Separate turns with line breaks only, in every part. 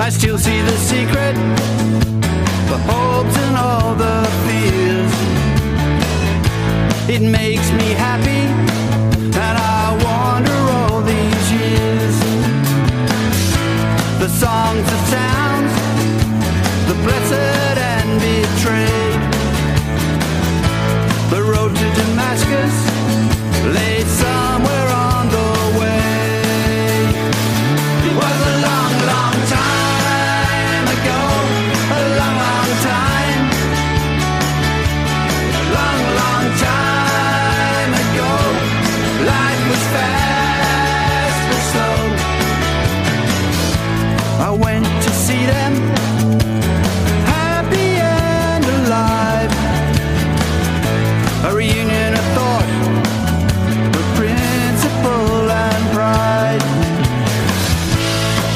I still see the secret, the hopes and all the fears. It makes me happy that I wander all these years. The songs, the sounds, the blessed and betrayed. The road to Damascus lay somewhere on the way. It was a long, long time ago. A long, long time. A long, long time ago. Life was fast but slow. I went to see them. Happy and alive. A reunion of thought. with principle and pride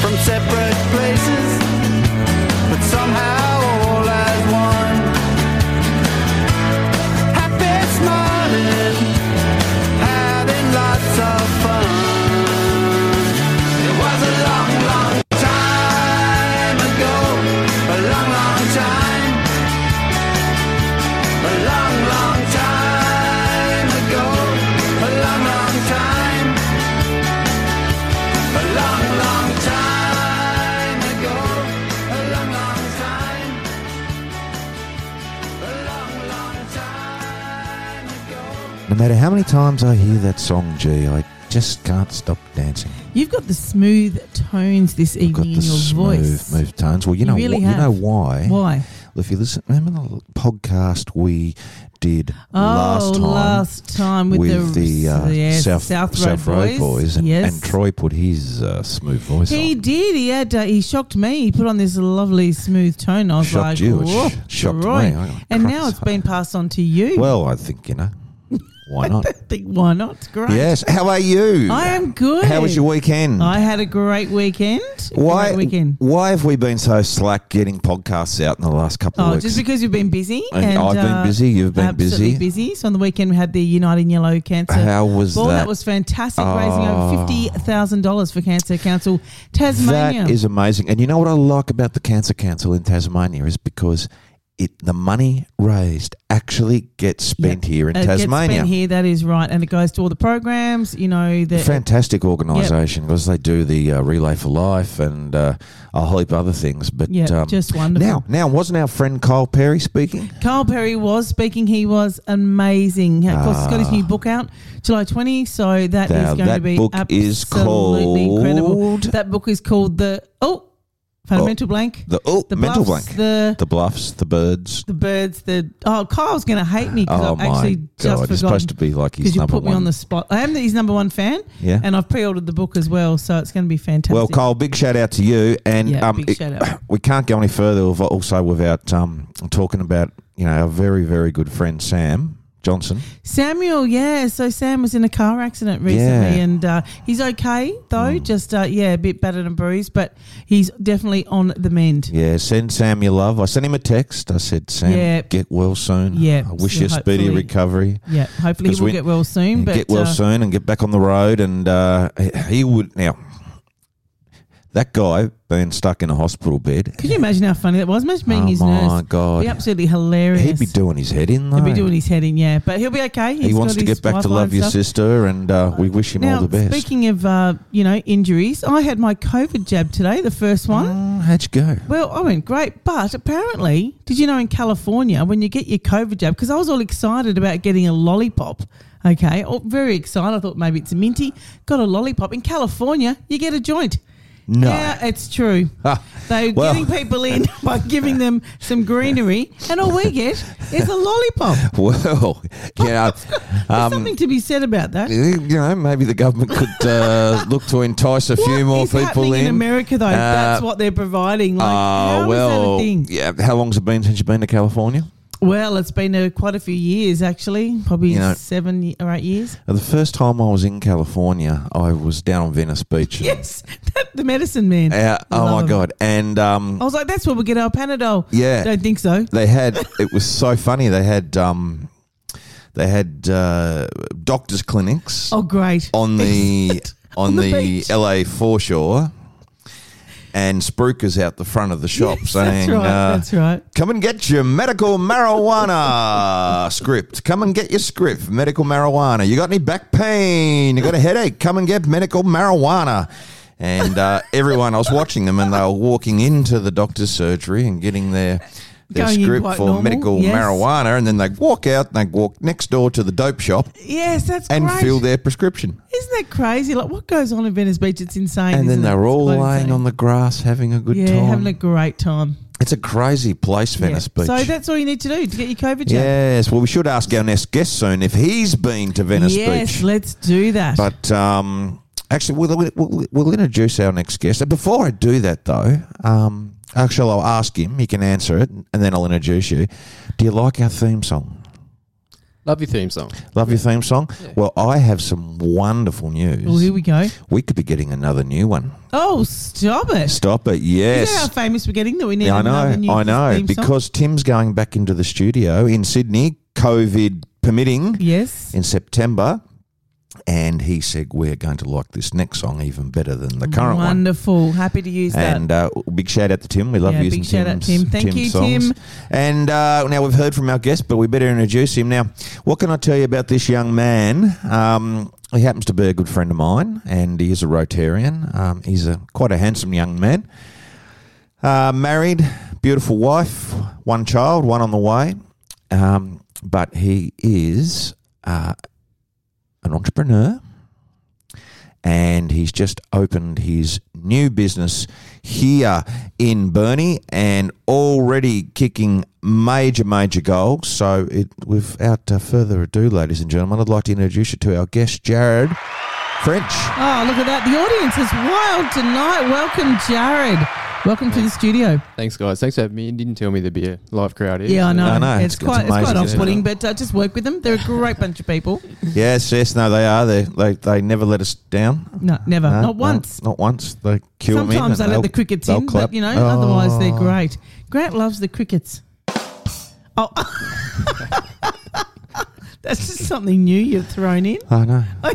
from separate places, but somehow all as one. Happy smiling, having lots of fun. It was a long, long time ago, a long, long time. A long, long time ago, a long, long time. A long, long time ago. A long, long time. A long, long time ago.
No matter how many times I hear that song, G, I just can't stop dancing.
You've got the smooth tones this
I've got
evening
the
in your
smooth,
voice.
smooth tones. Well, you,
You
know,
really
wh- you
have.
know why?
Why?
If you listen, remember the l- podcast we did
Oh,
last time
last time with,
with the, uh,
yes,
South,
South Road
South Road
Boys.
Boys, and,
Yes.
and Troy put his uh, smooth voice
He
on.
did. He had. Uh, he shocked me. He put on this lovely smooth tone. I was
shocked
like,
you, it
"Whoa,
sh- shocked
Roy."
me. I go,
And now
"Christ."
it's been passed on to you.
Well, I think you know. Why not?
I think why not? It's great.
yes. How are you?
I am good.
How was your weekend?
I had a great weekend. A
why
great weekend?
Why have we been so slack getting podcasts out in the last couple
Oh,
of weeks?
just because you've been busy.
And
and,
I've been
uh,
busy, you've been busy.
absolutely busy. So on the weekend we had the United in Yellow Cancer.
How was
Ball.
that?
That, was fantastic, raising over
Oh.
fifty thousand dollars for Cancer Council
That
Tasmania.
is amazing. And you know what I like about the Cancer Council in Tasmania is because it the money raised actually gets spent here in
Uh, It gets
Tasmania.
spent here, that is right, and it goes to all the programs. You know the
Fantastic organisation because they do the uh, Relay for Life and uh, a whole heap of other things. But
Yeah,
um,
just wonderful.
now, now wasn't our friend Kyle Perry speaking?
Carl Perry was speaking. He was amazing. Of course, he's got his new book out July 20, so that is
Now,
going
Ah. that
to be
book
absolutely
is called-
incredible. That book is called the oh, fundamental blank,
The oh,
the
mental
bluffs,
blank.
the
The bluffs, the birds.
the birds, the oh, Kyle's going to hate me because
Oh
I've
my
actually
god!
just
You're supposed to
forgotten.
be like
Because
his
you
number
put me
one.
on the spot. I am his number one fan,
Yeah.
and I've pre-ordered the book as well, so it's going to be fantastic.
Well, Kyle, big shout out to you, and
Yeah,
um,
big
it-
shout out.
we can't go any further with- also without um, talking about you know our very very good friend Sam Johnson.
Samuel, yeah. So Sam was in a car accident recently,
Yeah. Mm.
and uh, he's okay though. Just uh, yeah, a bit battered and bruised, but he's definitely on the mend.
Yeah, send Sam your love. I sent him a text. I said, Sam,
Yeah.
get well soon.
Yeah,
I wish
so
you a speedy
hopefully-
recovery.
Yeah, hopefully he
'Cause
will
we-
get well soon.
And
But
get well
uh,
soon and get back on the road. And uh, he- he would now. That guy being stuck in a hospital bed.
could you imagine how funny that was? Imagine being
oh
his
my
nurse.
god,
Be absolutely hilarious.
he'd be doing his head in though.
He'd be doing his head in, yeah. But he'll be okay.
he
He's
wants
got
to
his
get back to
Wi-Fi
love
and
your
stuff.
sister, and uh, we wish him
Now,
all the best.
speaking of uh, you know injuries, I had my COVID jab today, the first one.
Mm, how'd you go?
Well, I went great, but apparently, did you know in California when you get your COVID jab? Because I was all excited about getting a lollipop. Okay, oh, very excited. I thought maybe it's a minty. Got a lollipop in California. You get a joint.
No.
yeah, it's true.
Ah,
They're
well-
getting people in by giving them some greenery, and all we get is a lollipop.
Well, you know,
There's
um,
something to be said about that.
you know, maybe the government could uh, look to entice a few
What
more
is
people
happening in America, though, that's what they're providing. Like, how
uh,
is that
well,
a thing?
yeah. How long's it been since you've been to California?
Well, it's been uh, quite a few years, actually. Probably
You know-
seven y- or eight years.
The first time I was in California, I was down on Venice Beach. and-
Yes, the medicine man.
Uh, oh
Love
my
him.
god! And um,
I was like, that's where we get our Panadol.
Yeah.
Don't think so.
they had it was so funny. They had um, they had uh, doctors' clinics
Oh, great.
on the on,
On
the,
the beach.
LA foreshore, and Spruikers out the front of the shop
Yes, that's
saying,
right,
uh,
that's right.
Come and get your medical marijuana script. Come and get your script, for medical marijuana. You got any back pain? You got a headache? Come and get medical marijuana. And uh, everyone, I was watching them, and they were walking into the doctor's surgery and getting their their
Going in
script
quite
for
normal,
medical
yes.
marijuana, and then they walk out and they walk next door to the dope shop
Yes, that's
and
great.
fill their prescription.
Isn't that crazy? Like, what goes on in Venice Beach? It's insane.
And then
isn't it?
they're
It's
all
bloody
laying
insane.
on the grass having a good
yeah,
time.
having a great time.
it's a crazy place,
Yeah.
Venice Beach.
So that's all you need to do to get your COVID jab.
Yes, well, we should ask our next guest soon if he's been to Venice
yes,
Beach.
let's do that.
But um, actually, we'll, we'll, we'll introduce our next guest. And Before I do that, though, um, actually, I'll ask him. He can answer it, and then I'll introduce you. Do you like our theme song?
Love your theme song.
Love your theme song? Well, I have some wonderful news.
well, here we go.
we could be getting another new one.
Oh, stop it.
Stop it.
You know how
Yes.
famous we're getting that we need
Yeah, I
another new
know. I know.
theme song?
Because Tim's going back into the studio in Sydney, COVID permitting.
Yes.
in September. And he said, We're going to like this next song even better than the current one.
Wonderful. Happy to use that.
And uh, big shout out to Tim. We love
Yeah,
using
big shout out,
Tim's,
Tim. Thank
Tim's
you,
songs.
Tim.
And uh, now we've heard from our guest, but we better introduce him. Now, what can I tell you about this young man? Um, he happens to be a good friend of mine, and he is a Rotarian. Um, he's a quite a handsome young man. Uh, married, beautiful wife, one child, one on the way. Um, but he is uh, an entrepreneur and he's just opened his new business here in Burnie and already kicking major, major goals. So, it, without uh, further ado, ladies and gentlemen, I'd like to introduce you to our guest, Jared French.
Oh, look at that. The audience is wild tonight. Welcome, Jared. Welcome to the studio.
Thanks, guys. Thanks for having me. You didn't tell me there'd be a live crowd here.
Yeah, I know.
I know. It's- it's
It's, quite, it's quite
amazing,
off
isn't
putting, but uh, just work with them. They're a great bunch of people.
Yes, yes, no, they are. They, they, they never let us down.
No, never.
No,
not
no,
once.
Not once. They kill me. Oh.
Sometimes they let the crickets in, but you know, otherwise they're great. Grant loves the crickets. Oh, that's just something new you've thrown in.
I know.
Oh.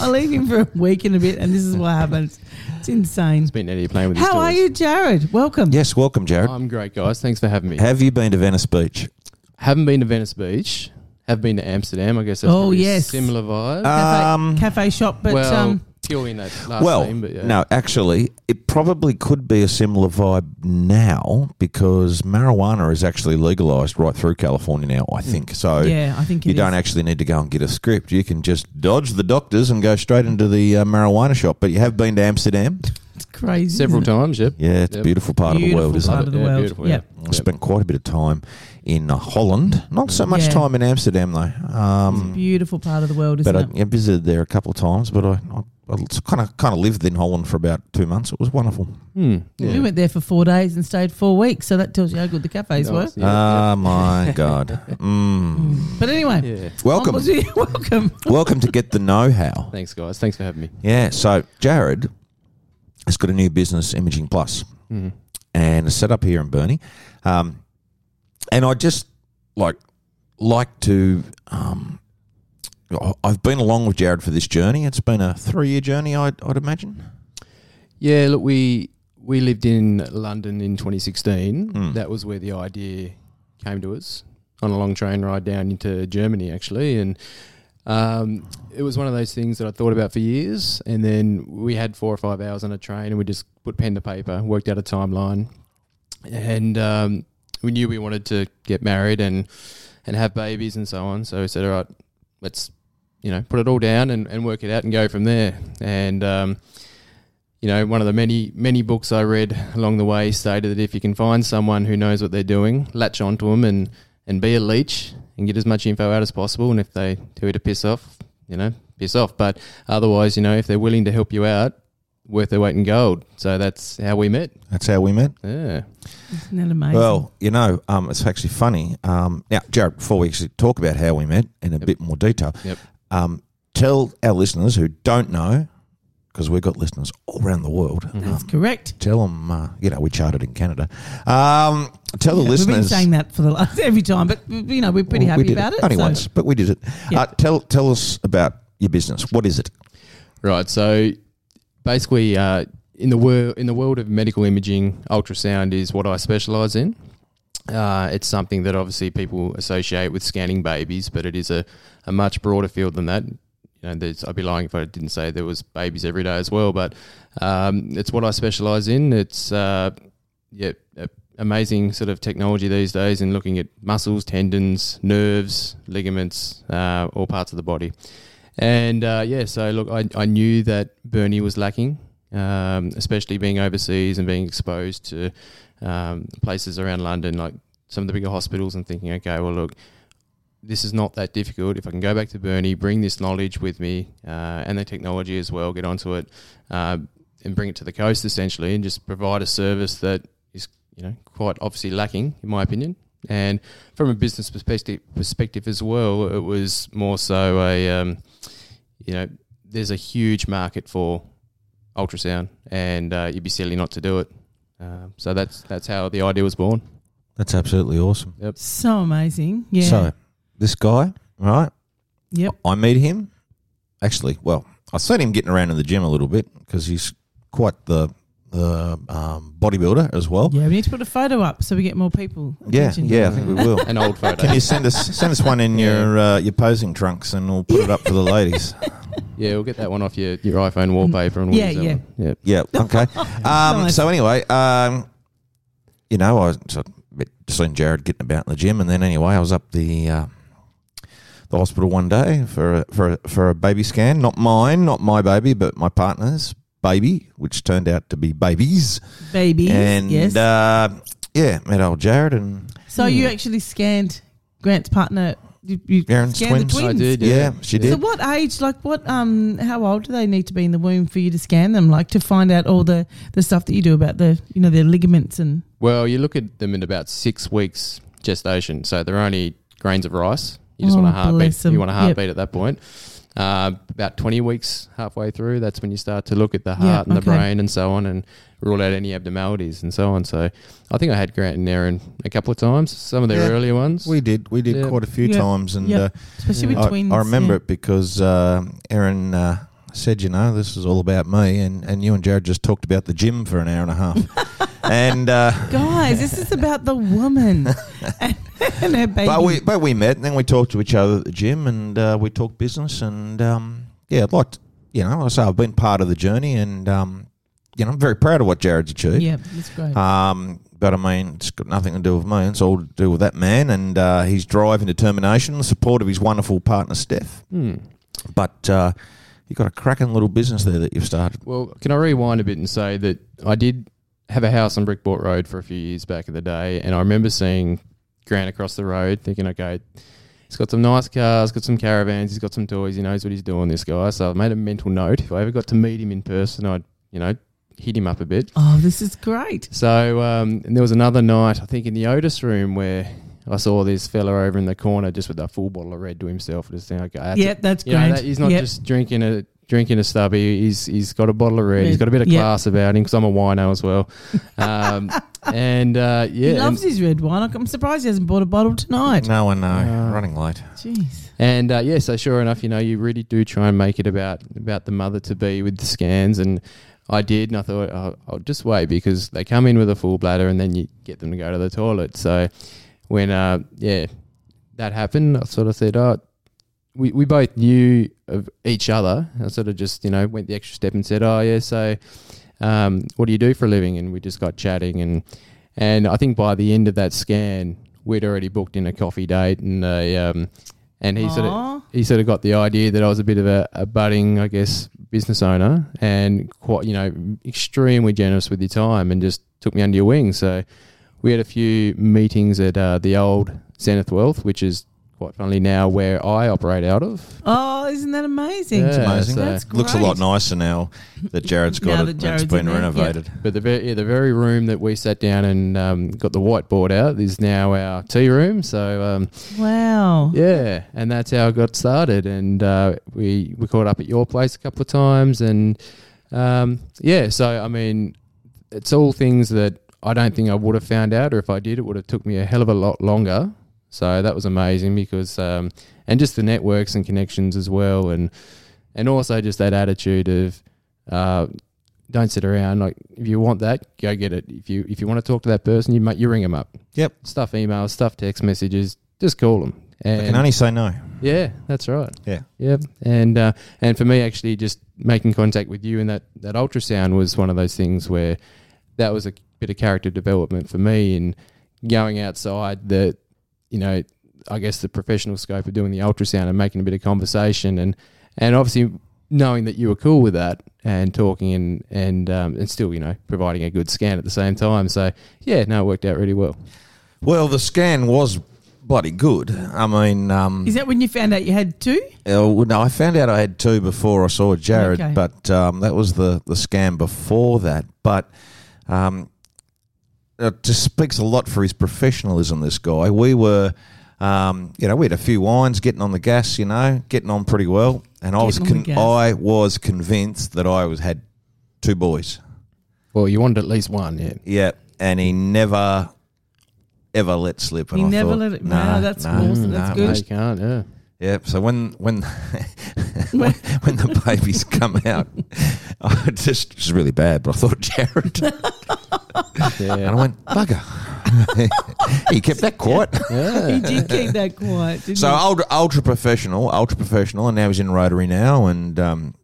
I leave him for a week and a bit, and this is what happens. It's insane.
It's been Eddie playing with these
How are
toys.
you, Jared? Welcome.
Yes, welcome, Jared.
I'm great, guys. Thanks for having me.
Have you been to Venice Beach?
Haven't been to Venice Beach. Have been to Amsterdam. I guess that's
Oh,
probably a
yes.
similar vibe.
Cafe,
Um,
cafe shop, but
well,
um,
still in that last
well,
name, but yeah.
no, actually, it probably could be a similar vibe now because marijuana is actually legalized right through California now, I
Hmm.
think. So
yeah, I think it
you don't
is.
actually need to go and get a script. You can just dodge the doctors and go straight into the uh, marijuana shop. But you have been to Amsterdam?
It's crazy.
Several
isn't it?
times, yep.
Yeah, it's a
Yep.
beautiful part
Beautiful
of the world, isn't
part
it?
Love
of the
yeah,
world.
Beautiful,
Yep.
I spent quite a bit of time in uh, Holland. Not so much
Yeah.
time in Amsterdam, though. Um,
Beautiful part of the world, isn't
but I,
it?
yeah, visited there a couple of times, but I, I, I kind of kind of lived in Holland for about two months. It was wonderful.
Hmm, yeah.
We went there for four days and stayed four weeks, so that tells you how good the cafes
Nice,
were.
yeah,
oh my god! Mm.
But anyway,
yeah. Yeah.
Welcome,
onwards we- welcome.
welcome to get the know-how.
Thanks, guys. Thanks for having me.
Yeah, so Jared has got a new business, Imaging Plus,
Mhm.
and it's set up here in Burnie. Um, and I just like like to. Um, I- I've been along with Jared for this journey. It's been a three-year journey, I'd, I'd imagine.
Yeah, look, we we lived in London in 2016.
Mm.
That was where the idea came to us on a long train ride down into Germany, actually, and um, it was one of those things that I thought about for years. And then we had four or five hours on a train, and we just put pen to paper, worked out a timeline, and um, we knew we wanted to get married and and have babies and so on. So we said, all right, let's you know put it all down and, and work it out and go from there. And um, you know, one of the many, many books I read along the way stated that if you can find someone who knows what they're doing, latch onto them and, and be a leech and get as much info out as possible. And if they tell you to piss off, you know, piss off. But otherwise, you know, if they're willing to help you out, worth their weight in gold. So that's how we met.
That's how we met.
Yeah.
Isn't that amazing?
Well, you know, um, it's actually funny. Um, now, Jared, before we actually talk about how we met in a bit more detail,
Yep.
um, tell our listeners who don't know, because we've got listeners all around the world.
that's
um,
correct.
tell them, uh, you know, we charted in Canada. Um, tell the
Yeah, We've been
listeners.
saying that for the last every time, but you know we're pretty
Well, we
happy
did
about it.
Only
so-
once, but we did it.
Yeah.
Uh, tell tell us about your business. What is it?
Right. So basically, uh, in the world in the world of medical imaging, ultrasound is what I specialize in. Uh, it's something that obviously people associate with scanning babies, but it is a, a much broader field than that. You know, there's, I'd be lying if I didn't say there was babies every day as well, but um, it's what I specialize in. It's uh, yeah, a- amazing sort of technology these days in looking at muscles, tendons, nerves, ligaments, uh, all parts of the body. And uh, yeah, so look, I, I knew that Bernie was lacking, um, especially being overseas and being exposed to um, places around London, like some of the bigger hospitals, and thinking, okay, well, look, this is not that difficult. If I can go back to Bernie, bring this knowledge with me uh, and the technology as well, get onto it, uh, and bring it to the coast essentially, and just provide a service that is, you know, quite obviously lacking, in my opinion. And from a business perspective, perspective as well, it was more so a, um, you know, there's a huge market for ultrasound, and uh, you'd be silly not to do it. Um, so that's that's how the idea was born.
That's absolutely awesome.
So amazing. Yeah.
So this guy, right?
Yep.
I meet him. Actually, well, I seen him getting around in the gym a little bit because he's quite the the um, bodybuilder as well.
Yeah, we need to put a photo up so we get more people.
Yeah,
attention.
yeah, I think we will.
An old photo.
Can you send us send us one in your uh, your posing trunks and we'll put it up for the ladies?
Yeah, we'll get that one off your, your iPhone wallpaper and we'll
Yeah,
use that
yeah.
one. yeah.
Yeah. Okay. Um,
Nice.
so anyway, um, you know, I was sort of a bit seen Jared getting about in the gym, and then anyway, I was up the uh, the hospital one day for a, for a, for a baby scan. Not mine, not my baby, but my partner's baby, which turned out to be babies.
Babies.
and
yes.
uh, hmm. yeah, met old Jared and
so you actually scanned Grant's partner. You, you
Aaron's
scanned the
twins.
twins.
I did.
yeah,
Yeah.
she
So
did.
what age, like what, um, how old do they need to be in the womb for you to scan them, like to find out all the the stuff that you do about the, you know, their ligaments and
Well, you look at them in about six weeks gestation, so they're only grains of rice. You just
Oh,
want a heartbeat.
bless 'em.
You want a
Yep.
heartbeat at that point. Uh, about twenty weeks halfway through, that's when you start to look at the
Yeah,
heart and the
okay.
brain and so on, and rule out any abnormalities and so on. So, I think I had Grant and Aaron a couple of times. Some of their
Yeah.
earlier ones.
we did. We did
Yeah.
quite a few
Yeah.
times, and
Yeah.
uh,
especially
I,
with twins.
I remember
yeah.
it because uh, Aaron uh, said, you know, this is all about me, and, and you and Jared just talked about the gym for an hour and a half. and uh,
Guys, this is about the woman and, and her baby.
but we but we met, and then we talked to each other at the gym, and uh, we talked business, and um, yeah, I'd like to, you know, I say I've been part of the journey, and um, you know, I'm very proud of what Jared's achieved.
yeah, that's great.
Um, but I mean, it's got nothing to do with me. It's all to do with that man and uh, his drive and determination, the support of his wonderful partner Steph.
Hmm.
But uh, you've got a cracking little business there that you've started.
Well, can I rewind a bit and say that I did have a house on Brickport Road for a few years back in the day, and I remember seeing Grant across the road, thinking, okay, he's got some nice cars, got some caravans, he's got some toys, he knows what he's doing, this guy. So I made a mental note. If I ever got to meet him in person, I'd, you know, hit him up a bit.
oh, this is great.
So, um, and there was another night, I think, in the Otis room where I saw this fella over in the corner just with a full bottle of red to himself. Just think, okay, that's
yeah, that's
you know,
great.
that, he's not
Yep.
just drinking a drinking a stubby. He's he's got a bottle of red. He's got a bit of
Yeah.
class about him because I'm a wino as well. Um, and uh, yeah,
he loves
and,
his red wine. I'm surprised he hasn't bought a bottle tonight.
No, I know.
Uh,
Running late.
Jeez.
and uh, yeah, so sure enough, you know, you really do try and make it about about the mother to be with the scans and. I did, and I thought oh, I'll just wait because they come in with a full bladder, and then you get them to go to the toilet. So when uh, yeah, that happened, I sort of said, "Oh, we, we both knew of each other. I sort of just, you know, went the extra step and said, Oh, yeah, so um, what do you do for a living? And we just got chatting. And, and I think by the end of that scan, we'd already booked in a coffee date and a, um, and he sort
Aw.
of he sort of got the idea that I was a bit of a, a budding, I guess, business owner and quite you know extremely generous with your time and just took me under your wing. So we had a few meetings at uh, the old Zenith Wealth, which is quite funnily now where I operate out of.
Oh, isn't that amazing?
Yeah,
amazing.
so-
That's great.
Looks a lot nicer now that Jared's got
Now
it
that
and
Jared's
it's been
in there, yeah.
renovated.
But the very, yeah, the very room that we sat down and um, got the whiteboard out is now our tea room. So um,
Wow.
yeah, and that's how it got started. And uh, we we caught up at your place a couple of times, and um, yeah. So I mean, it's all things that I don't think I would have found out, or if I did, it would have took me a hell of a lot longer. So that was amazing because, um, and just the networks and connections as well, and and also just that attitude of, uh, don't sit around. Like if you want that, go get it. If you if you want to talk to that person, you mu- you ring them up.
Yep.
Stuff emails, stuff text messages. Just call them.
I can
And
only say no.
yeah, that's right.
Yeah.
Yep. And uh, and for me, actually, just making contact with you and that that ultrasound was one of those things where that was a bit of character development for me in going outside the, you know, I guess the professional scope of doing the ultrasound and making a bit of conversation and and obviously knowing that you were cool with that and talking and and um, and still you know providing a good scan at the same time. So yeah, no, it worked out really well.
Well, the scan was bloody good. I mean, um,
Is that when you found out you had two?
Uh, well, no, I found out I had two before I saw Jared,
Okay.
but um, that was the, the scam before that. But um, it just speaks a lot for his professionalism, this guy. We were, um, you know, we had a few wines, getting on the gas, you know, getting on pretty well. And I was,
Getting on
con-
the gas.
I was convinced that I was had two boys.
Well, you wanted at least one, yeah.
Yeah. And he never, ever let slip. And
He
I
never
thought,
let it-
"Nah,
wow, that's
nah,
awesome, that's
nah,
good."
Mm, No,
mate."
you can't. Yeah.
Yeah. So when when when, when the babies come out, I just it's really bad. But I thought Jared, and I
Yeah.
went bugger. he kept that quiet.
yeah. uh,
You did keep that quiet, didn't
So
you?
ultra, ultra professional, ultra professional, and now he's in Rotary now and um,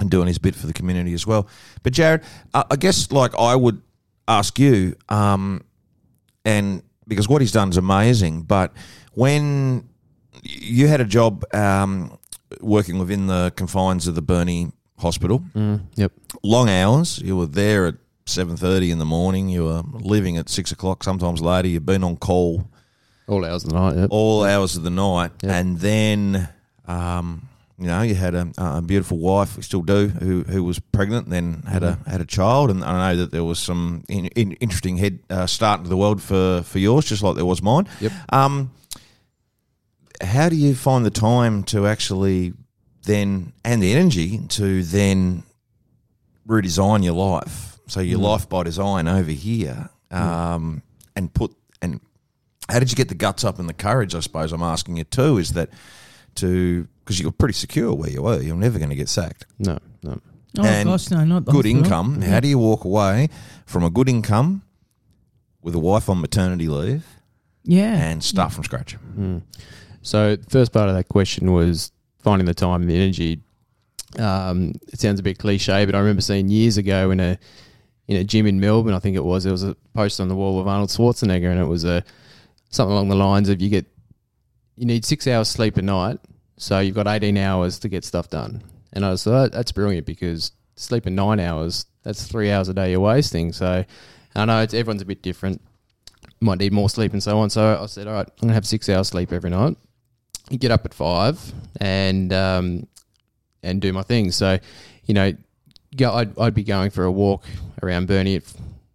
and doing his bit for the community as well. But Jared, I, I guess like I would ask you, um, and because what he's done is amazing. But when you had a job um, working within the confines of the Burnie Hospital,
Mm, yep.
long hours. You were there at seven thirty in the morning. You were leaving at six o'clock, sometimes later. You've been on call
All hours of the night. Yep.
all hours of the night,
Yeah.
and then um, you know you had a, a beautiful wife, we still do, who who was pregnant, and then had a had a child, and I know that there was some in, in, interesting head uh, start into the world for for yours, just like there was mine.
Yep.
Um, how do you find the time to actually then and the energy to then redesign your life? So
Mm.
your life by design over here, um, and put and how did you get the guts up and the courage? I suppose I'm asking you too. Is that to because you were pretty secure where you were, you're never going to get sacked.
No, no.
oh
and
gosh, no, not the
Good
hospital.
income. How do you walk away from a good income with a wife on maternity leave
Yeah,
and start from scratch?
Mm. So the first part of that question was finding the time and the energy. Um, it sounds a bit cliche, but I remember seeing years ago in a in a gym in Melbourne, I think it was, there was a post on the wall of Arnold Schwarzenegger, and it was a something along the lines of you get you need six hours sleep a night, so you've got eighteen hours to get stuff done. And I was like, that's brilliant because sleeping nine hours, that's three hours a day you're wasting. So I know it's, everyone's a bit different, might need more sleep and so on. So I said, all right, I'm gonna have six hours sleep every night. Get up at five and um, and do my thing. So, you know, go. I'd, I'd be going for a walk around Burnie at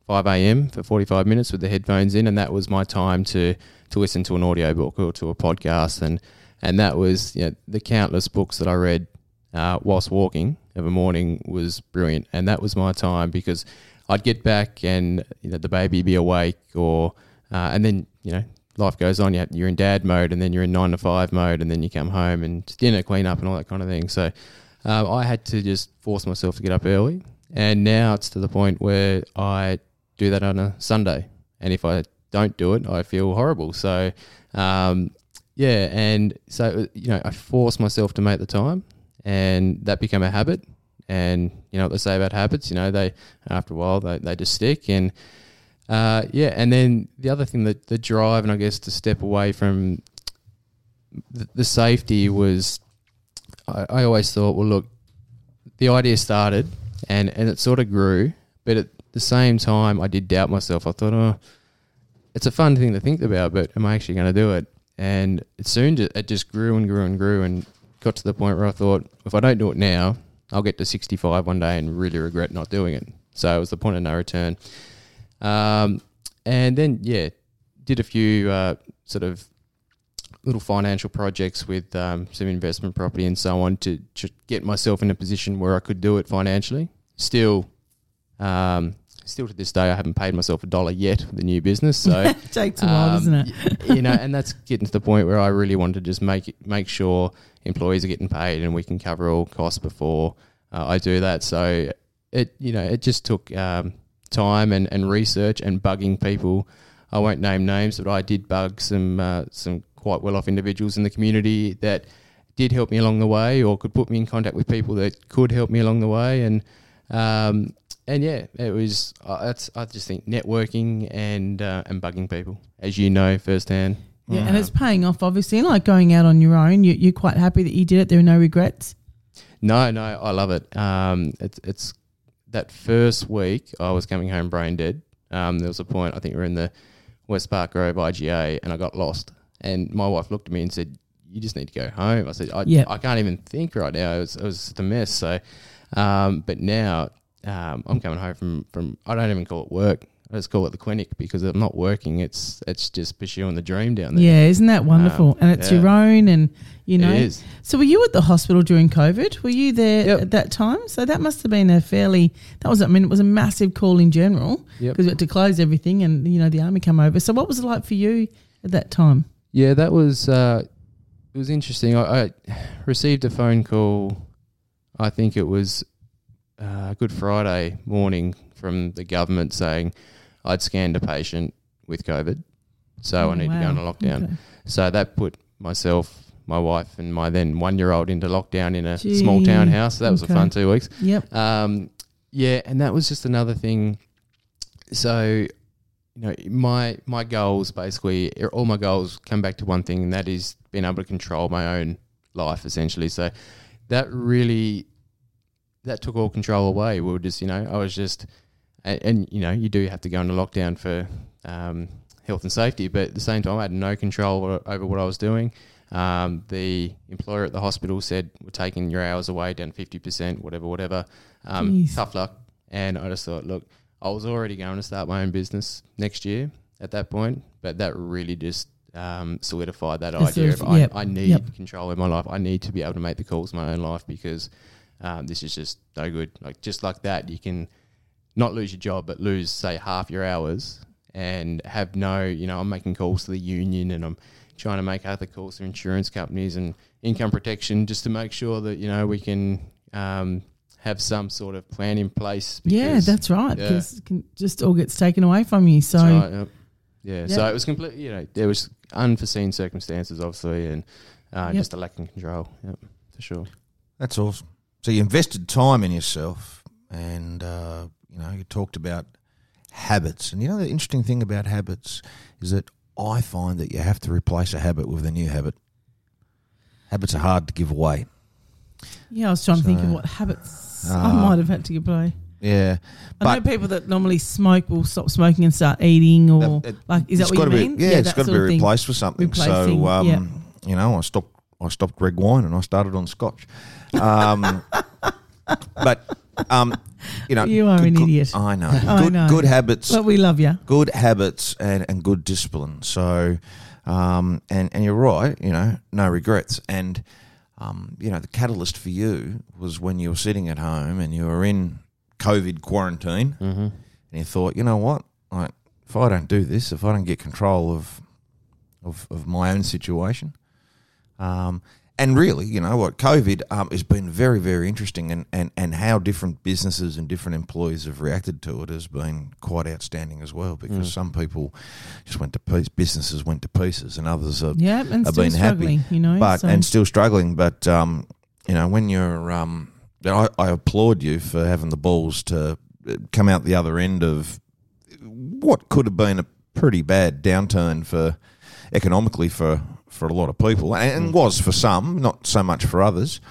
5 a.m. for 45 minutes with the headphones in, and that was my time to to listen to an audiobook or to a podcast, and and that was you know, the countless books that I read uh, whilst walking of a morning was brilliant, and that was my time because I'd get back and you know, the baby be awake, or uh, and then you know life goes on. You- You're in dad mode, and then you're in nine to five mode, and then you come home and dinner, clean up, and all that kind of thing. So um, I had to just force myself to get up early, and now it's to the point where I do that on a Sunday, and if I don't do it, I feel horrible. So, um, yeah, and so uh, you know, I force myself to make the time, and that became a habit. And you know what they say about habits, you know, they after a while they, they just stick and uh, yeah, and then the other thing that the drive and I guess to step away from the, the safety was, I, I always thought, well, look, the idea started and and it sort of grew, but at the same time, I did doubt myself. I thought, oh, it's a fun thing to think about, but am I actually going to do it? And it soon ju- it just grew and grew and grew and got to the point where I thought, if I don't do it now, I'll get to 65 one day and really regret not doing it. So it was the point of no return. Um, and then, yeah, did a few uh, sort of little financial projects with um, some investment property and so on to, to get myself in a position where I could do it financially. Still, um, still to this day, I haven't paid myself a dollar yet with the new business. So
takes a while,
um,
doesn't it?
y- you know, and that's getting to the point where I really wanted to just make it, make sure employees are getting paid and we can cover all costs before uh, I do that. So it you know it just took um, time and, and research and bugging people. I won't name names, but I did bug some uh, some quite well off individuals in the community that did help me along the way, or could put me in contact with people that could help me along the way, and um, and yeah, it was. Uh, that's I just think networking and uh, and bugging people, as you know firsthand.
Yeah, and it's paying off, obviously. And like going out on your own, you, you're quite happy that you did it. There are no regrets.
No, no, I love it. Um, it's it's that first week I was coming home brain dead. Um, there was a point I think we were in the West Park Grove IGA, and I got lost. And my wife looked at me and said, "You just need to go home." I said, "I,
Yep.
I can't even think right now. It was, it was just a mess." So, um, but now um, I'm coming home from from I don't even call it work. I just call it the clinic because I'm not working. It's it's just pursuing the dream down there.
Yeah, isn't that wonderful? and it's
yeah.
your own, and you know.
it is.
So, were you at the hospital during COVID? Were you there
Yep.
at that time? So that must have been a fairly that was I mean it was a massive call in general
Yep.
because we had to close everything, and you know the army come over. So what was it like for you at that time?
Yeah, that was uh, it was interesting. I, I received a phone call. I think it was uh, Good Friday morning from the government saying I'd scanned a patient with COVID, so I
Oh,
need to go
wow.
into lockdown.
Okay.
So that put myself, my wife, and my then one-year-old into lockdown in a
Gee.
small townhouse. So that was
Okay.
a fun two weeks.
Yep.
Um, yeah, and that was just another thing. So, you know, my my goals basically, er, all my goals come back to one thing, and that is being able to control my own life essentially. So, that really that took all control away. We were just, you know, I was just, and, and you know, you do have to go into lockdown for um, health and safety, but at the same time, I had no control o- over what I was doing. Um, the employer at the hospital said, "We're taking your hours away down fifty percent, whatever, whatever." Um,
Jeez.
tough luck. And I just thought, look, I was already going to start my own business next year at that point, but that really just um, solidified that
That's
idea
sort
of
of-
I,
yep,
I need
yep.
control in my life. I need to be able to make the calls in my own life because um, this is just no good. Like just like that, you can not lose your job, but lose say half your hours and have no. You know, I'm making calls to the union and I'm trying to make other calls to insurance companies and income protection just to make sure that you know we can um, have some sort of plan in place.
Yeah,
because-
that's right.
yeah.
Because it can just all gets taken away from you. So
That's right, yep. uh, yeah. so
Yeah.
it was completely, you know, there was unforeseen circumstances, obviously, and uh,
Yep.
just a lack in control, yep, for sure.
That's awesome. So you invested time in yourself, and uh, you know you talked about habits. And you know the interesting thing about habits is that I find that you have to replace a habit with a new habit. Habits are hard to give away.
yeah, I was trying to think of
So,
what habits
uh,
I might have had to get by.
Yeah,
I know people that normally smoke will stop smoking and start eating, or
That- it-
like is that
it's
what you
gotta be-
mean?
yeah, it's
that
got to be
sort of thing.
replaced with something.
Replacing,
so um,
yeah.
you know, I stopped. I stopped red wine and I started on Scotch. Um, but um, you know,
You are
good-
an
good-
idiot.
I know.
I
Good,
know.
good habits
But we love you.
good habits and, and good discipline. So, um, and, and you're right, you know, no regrets. And, um, you know, the catalyst for you was when you were sitting at home and you were in COVID quarantine
Mm-hmm.
and you thought, you know what, like, if I don't do this, if I don't get control of, of, of my own situation, um, and really, you know what, COVID um, has been very, very interesting, and, and, and how different businesses and different employees have reacted to it has been quite outstanding as well. Because some people just went to pieces, businesses went to pieces, and others are
Yeah, and
I've
still
been happy,
struggling, you know.
but
so-
and still struggling. But um, you know, when you're, um, I, I applaud you for having the balls to uh, come out the other end of what could have been a pretty bad downturn for economically for for a lot of people, and, and was for some, not so much for others.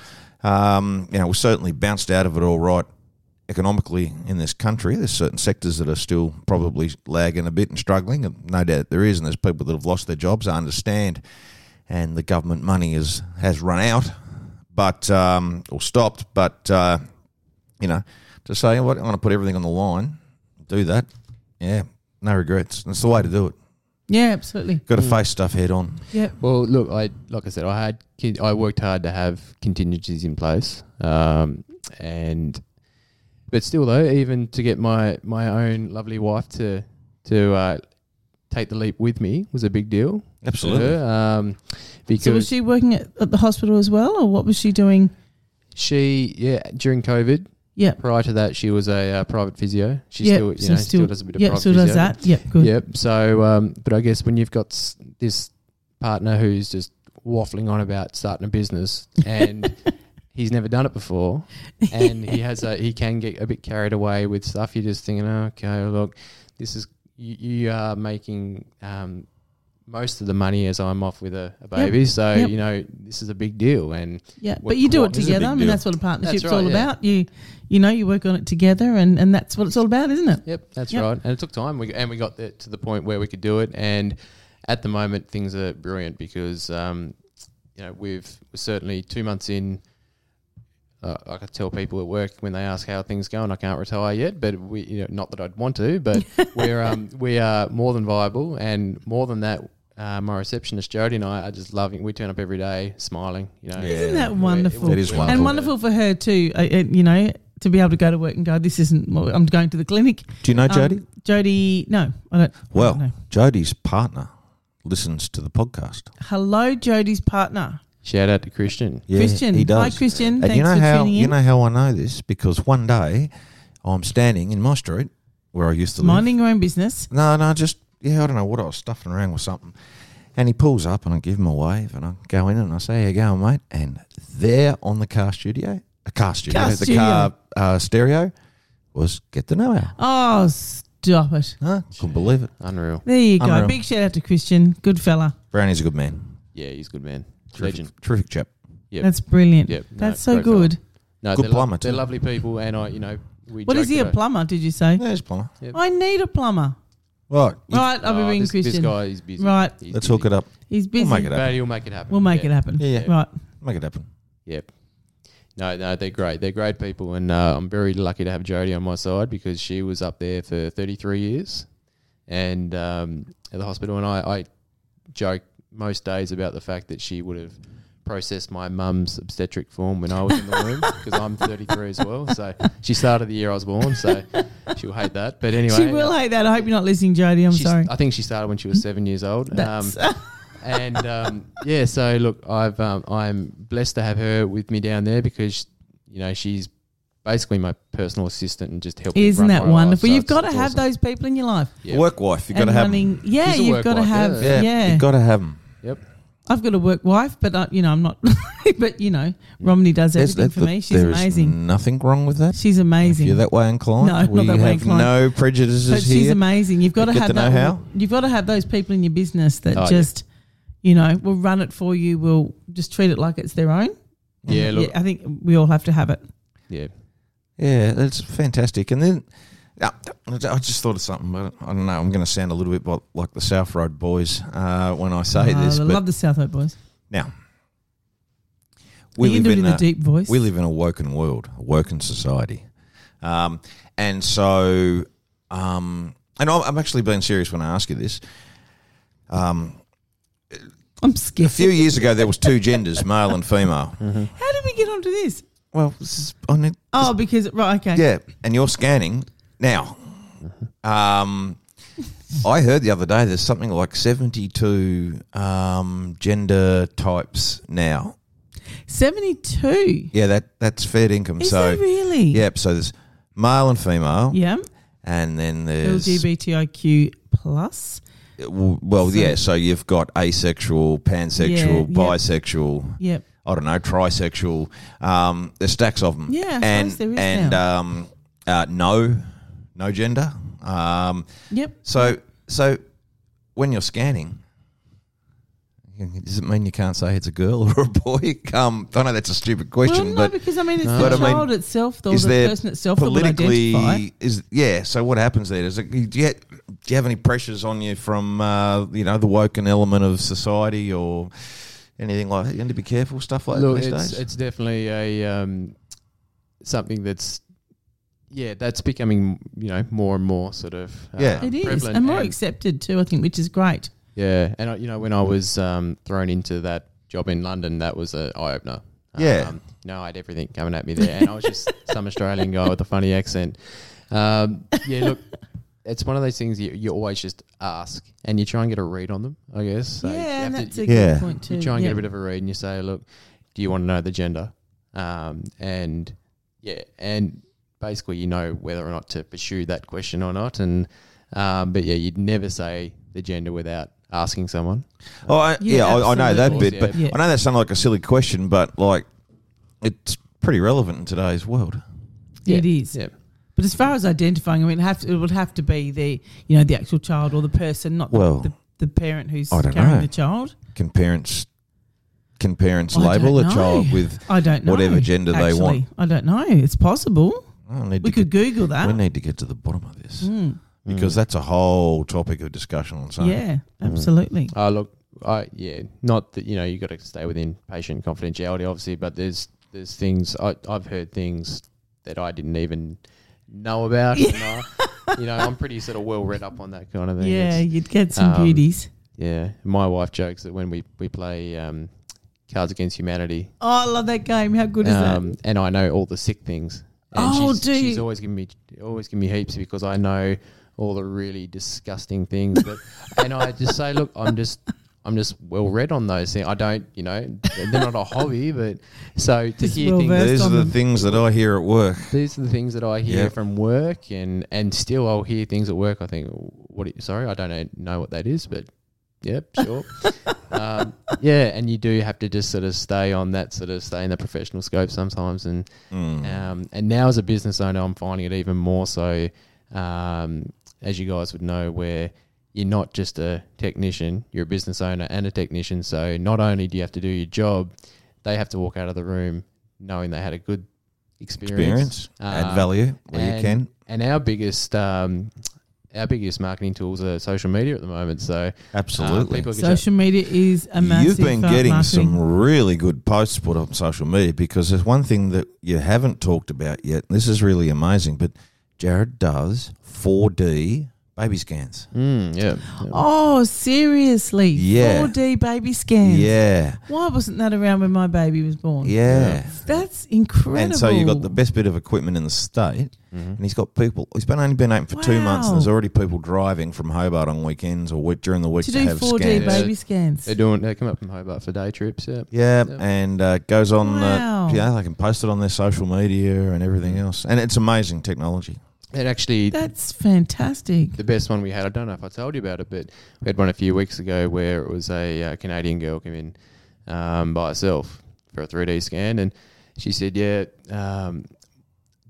Um, you know, we certainly bounced out of it all right economically in this country. There's certain sectors that are still probably lagging a bit and struggling. and No doubt there is, and there's people that have lost their jobs. I understand, and the government money is has run out, but um, or stopped. But uh, you know, to say what I'm going to put everything on the line, do that. Yeah, no regrets. That's the way to do it.
yeah, absolutely.
Got to face stuff head on.
Yeah,
Well, look, I like I said, I had con- I worked hard to have contingencies in place, um, and but still though, even to get my my own lovely wife to to uh, take the leap with me was a big deal. to her, um, because
So was she working at, at the hospital as well, or what was she doing?
She, yeah, during COVID,
Yep.
Prior to that, she was a uh, private physio. She
Yep,
still, you
so
know, still,
still-
does a bit of
Yep.
private
So
physio.
does that. Yep. Good.
Yep. So, um, but I guess when you've got s- this partner who's just waffling on about starting a business and he's never done it before, and he has a, he can get a bit carried away with stuff. You're just thinking, "Oh, okay, look, this is you, you are making um, most of the money as I'm off with a, a baby, so
Yep.
you know this is a big deal. And
Yeah,
What-
but you do
what
it
is a
together.
big
I mean,
deal.
that's what a partnership's
right,
all
yeah.
about. You, you know, you work on it together, and, and that's what it's all about, isn't it?
Yep, that's
Yep.
right. And it took time, we, and we got there to the point where we could do it. And at the moment, things are brilliant because um, you know we've we're certainly two months in. Uh, I could tell people at work when they ask how things going, I can't retire yet, but we, you know, not that I'd want to, but we're um, we are more than viable, and more than that, uh, my receptionist Jody and I are just loving. We turn up every day smiling, you know.
Yeah.
Isn't that
We're-
wonderful?
That is wonderful.
And wonderful for her too. Uh, uh, you know, to be able to go to work and go, this isn't. What, I'm going to the clinic.
Do you know
Um,
Jody?
Jody, no, I don't.
well,
no.
Jody's partner listens to the podcast.
Hello, Jody's partner,
Shout out to Christian.
Yeah,
Christian.
He does.
Hi, Christian.
And
Thanks
you know
for
how
tuning in.
you know how I know this because one day I'm standing in my street where I used to live.
Minding your own business.
No, no, just yeah, I don't know what I was stuffing around with something. And he pulls up and I give him a wave and I go in and I say, "How you going, mate?" And there on the car studio, a car studio,
Car
the
studio.
car uh, stereo was "Get the Know Hour."
Oh, stop it.
Huh? Couldn't believe it.
Unreal.
There you go.
Unreal.
Big shout out to Christian. Good fella.
Brownie's a good man,
Yeah, he's a good man.
terrific,
Legend.
terrific chap.
Yep.
That's brilliant.
Yep. No,
That's so
great fella.
good.
No,
Good
they're lo-
plumber, too.
they're lovely people, and I, you know, we.
What is
joked
he, a
about-
plumber, did you say?
There's plumber.
I need a plumber.
Right, you-
Right, I'll be
Oh,
ringing
this,
Christian.
This guy is busy.
Right.
He's
let's
busy.
hook it up.
He's busy.
make it up.
But he'll make it happen.
We'll make
Yeah.
it happen.
Yeah, yeah.
Right.
Make it happen.
Yep. No, no, they're great. They're great people, and uh, I'm very lucky to have Jodie on my side because she was up there for 33 years, and um, at the hospital. And I, I joke most days about the fact that she would have processed my mum's obstetric form when I was in the room because I'm 33 as well. So she started the year I was born. So she'll hate that. But anyway, uh,
she will hate that. I hope you're not listening, Jody. I'm
She's-
sorry.
I think she started when she was seven years old. Um,
That's-
and um, yeah, so look, I've um, I'm blessed to have her with me down there because you know she's basically my personal assistant and just helps. me
Isn't
run
that
my life,
wonderful?
so
you've
it's-
got to
it's
have
awesome.
those people in your life.
Yep.
Work wife, you got
And
to have. 'em.
running- Yeah,
She's a
you've
work
got to
wife,
have.
yeah.
Yeah,
you got to have them.
Yep.
I've got a work wife, but I, you know, I'm not. but you know, Romney does everything for me. She's amazing.
nothing wrong with that.
She's amazing.
If you're that way inclined,
No, not
we
that
have
way inclined.
no
but
prejudices
she's
here.
amazing. You've got to
Get
have
to know
that.
how.
You've got to have those people in your business that
Oh, yeah.
just, you know, will run it for you. Will just treat it like it's their own.
Yeah, look,
I think we all have to have it.
yeah,
yeah, that's fantastic. And then uh, I just thought of something, but I don't know. I'm going to sound a little bit bo- like the South Road boys uh, when I say
Oh,
this.
I
But
love the Southwood boys.
now, we
We you
live
can do it
in
in
a,
a deep voice.
We live in a woken world, a woken society. Um, and so, um, and I'm, I'm actually being serious when I ask you this.
I'm
A
scared.
few years ago, there was two genders, male and female.
How did we get onto this?
Well, this is, I need,
Oh, because right, okay.
Yeah, and you're scanning now. Um, I heard the other day there's something like 72 um, gender types now.
Seventy-two.
Yeah, that that's fair income.
Is
so
that really?
yep. So there's male and female,
Yeah.
and then there's
LGBTIQ plus.
w- well, yeah. So you've got asexual, pansexual,
Yeah, yep.
bisexual.
Yep.
I don't know, trisexual. Um, there's stacks of them.
Yeah, I suppose
and
there is
and um, uh, no, no gender. Um,
Yep.
So so when you're scanning, does it mean you can't say it's a girl or a boy? Um, I know that's a stupid
Well,
question,
no,
but
because I mean, it's
But
the
I mean,
child itself, or
is
the
there
person itself that would identify.
politically is yeah. So what happens there? Does it, do you do you have any pressures on you from uh, you know the woken element of society or anything like that? You need to be careful stuff like
look,
that these
it's
days.
it's definitely a um, something that's yeah, that's becoming you know more and more sort of
Yeah.
um,
It is,
prevalent
and more
and-
accepted too, I think, which is great.
Yeah, and I, you know when I was um, thrown into that job in London, that was an eye opener.
Yeah.
um, no, I had everything coming at me there, and I was just some Australian guy with a funny accent. Um, yeah, look, it's one of those things you, you always just ask, and you try and get a read on them, I guess. So you
yeah,
have
and
to-
that's a
Yeah.
good point too.
you try and
Yeah.
get a bit of a read and you say, look, do you want to know the gender? Um, and yeah, and basically you know whether or not to pursue that question or not. And um, but yeah, you'd never say the gender without asking someone.
Oh, I, yeah,
Yeah,
I, I know that
absolutely.
bit, but
Yeah.
I know that sounds like a silly question, but like it's pretty relevant in today's world.
It is.
Yeah.
But as far as identifying, I mean, it, have to, it would have to be the you know the actual child or the person, not the-
Well,
the, the parent who's
I don't
carrying
know.
the child.
Can parents can parents
I
label a
don't know.
child with?
I don't know
Whatever gender they want.
Actually, I don't know. It's possible.
oh, I need
We
to
could Google
get, we
that.
need to get to the bottom of this
Mm,
Hmm.
because that's a whole topic of discussion on its own.
yeah, absolutely.
Uh, look, I yeah, not that you know you got to stay within patient confidentiality, obviously, but there's there's things I, I've heard things that I didn't even know about. and I- you know, I'm pretty sort of well read up on that kind of thing.
Yeah,
It's-
you'd get some
um,
beauties.
yeah. My wife jokes that when we we play um, Cards Against Humanity,
Oh, I love that game. How good is that?
um, and I know all the sick things. And
Oh,
she's,
do
she's
you?
always giving me always giving me heaps because I know all the really disgusting things. But and I just say, look, I'm just I'm just well read on those things. I don't, you know, they're not a hobby, but so to
Just
hear
well
things.
versed.
These are
on
the
them.
things that I hear at work.
These are the things that I hear
Yeah.
from work, and and still I'll hear things at work. I think, what? Are you, sorry, I don't know, know what that is, but yep, sure. um, yeah, and you do have to just sort of stay on that sort of stay in the professional scope sometimes, and
Mm.
um, and now, as a business owner, I'm finding it even more so, um, as you guys would know, where you're not just a technician, you're a business owner and a technician. So, not only do you have to do your job, they have to walk out of the room knowing they had a good experience.
Experience, add
Um,
value where
and,
you can.
And our biggest. Um, our biggest marketing tools are social media at the moment, so um,
Absolutely.
people can
Social media is a massive.
You've been
part of
getting
marketing.
some really good posts put on social media because there's one thing that you haven't talked about yet. And this is really amazing, but Jared does 4D baby scans.
Mm, yeah,
Oh, seriously?
Yeah.
4D baby scans.
Yeah,
Why wasn't that around when my baby was
Oh
born?
yeah.
That's incredible.
And so you got the best bit of equipment in the state,
Mm-hmm.
and he's got people. He's been only been open for two months, and
Wow.
there's already people driving from Hobart on weekends or week, during the week
to
to,
do
have
4D
scans.
ba-
baby scans.
they're doing. They come up from Hobart for day trips. Yeah,
Yeah,
Yeah.
and uh, goes on.
Wow. Mm.
Uh, yeah, they can post it on their social media and everything else, and it's amazing technology.
it actually
That's fantastic.
the best one we had. I don't know if I told you about it, but we had one a few weeks ago where it was a uh, Canadian girl came in um, by herself for a 3D scan, and she said, "Yeah, um,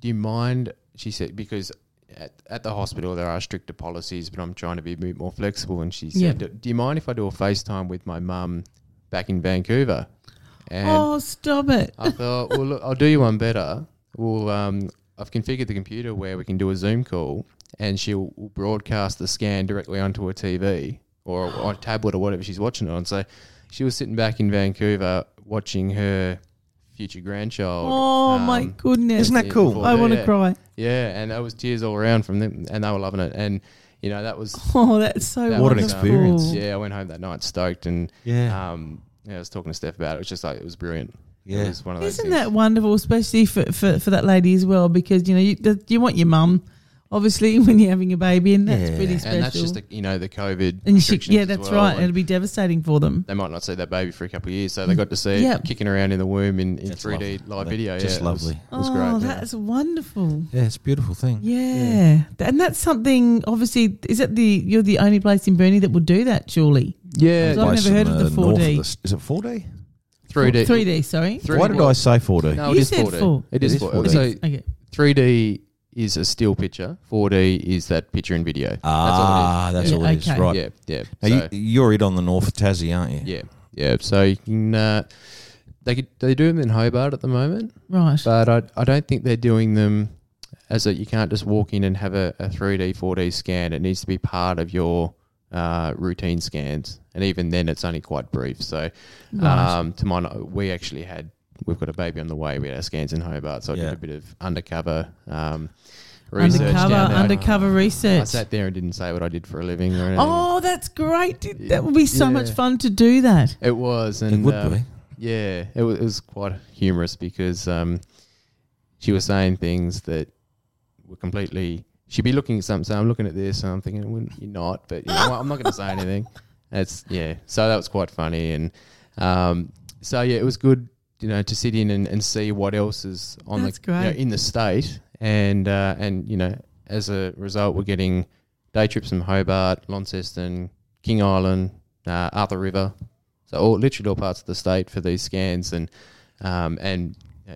do you mind?" She said because. At, at the hospital, there are stricter policies, but I'm trying to be a bit more flexible. And she said,
Yeah.
"Do you mind if I do a FaceTime with my mum back in Vancouver?" And
Oh, stop it.
I thought, well, look, I'll do you one better. Well, um, I've configured the computer where we can do a Zoom call, and she'll broadcast the scan directly onto her TV or a tablet or whatever she's watching it on. So she was sitting back in Vancouver watching her future grandchild.
Oh, my
um,
goodness.
Isn't that
yeah,
cool?
before
I
her,
want to
yeah.
cry.
Yeah, and that was tears all around from them, and they were loving it. And you know that was
Oh, that's so
That um,
What an
wonderful.
experience.
yeah. I went home that night stoked, and
Yeah,
um, yeah, I was talking to Steph about it. It was just like it was brilliant.
Yeah.
it was one of those
Isn't
things.
that wonderful, especially for, for, for that lady as well? Because, you know, you, that- you want your mum, obviously, when you're having a baby, and that's
Yeah.
pretty
And
special.
and that's just the, you know the COVID.
And she,
restrictions
yeah,
as
that's
well,
right.
and
It'll be devastating for them.
they might not see that baby for a couple of years, so they got to see
Yeah.
it kicking around in the womb in, in
That's
3D live
lovely.
video.
Just
yeah, it was-
lovely.
It was,
oh,
great. yeah.
that's wonderful.
yeah, it's a beautiful thing.
Yeah. Th- and that's something. Obviously, is it the you're the only place in Burnie that will do that? Surely,
Yeah,
I've never
Place in
heard of the
uh, north
4D.
s- Is it 4D?
3D.
three D. Sorry,
3D.
Why did I say 4D?
No,
You
it is
said
4D.
four.
It is 4D. So
okay.
3D is a still picture. 4D is that picture and video.
Ah, that's
that's
Yeah,
all it is,
okay.
right?
all it is. Yeah, yeah.
Now,
so,
you, you're it on the north of Tassie, aren't you?
yeah, yeah. So you can. Uh, they could, they do them in Hobart at the moment,
Right.
but I I don't think they're doing them as that you can't just walk in and have a, a 3D 4D scan. It needs to be part of your uh, routine scans, and even then, it's only quite brief. So,
Right.
um, to my kno- we actually had we've got a baby on the way. We had our scans in Hobart, so I
Yeah.
did a bit of undercover um, research
undercover,
down there.
undercover
I,
research.
sat there and didn't say what I did for a living or anything.
Oh, that's great! Did- That would be so much
Yeah.
fun to do that.
It was, and
It would
um,
be.
Yeah, it was, it was quite humorous because um, she was saying things that were completely. She'd be looking at something, so I'm looking at this, and I'm thinking, well, you're not, but you know, I'm not going to say anything. That's yeah. So that was quite funny, and um, so yeah, it was good you know to sit in and, and see what else is on
That's
the you know,
great.
in the state, and uh, and you know as a result, we're getting day trips from Hobart, Launceston, King Island, uh, Arthur River, so all literally all parts of the state for these scans, and um, and uh,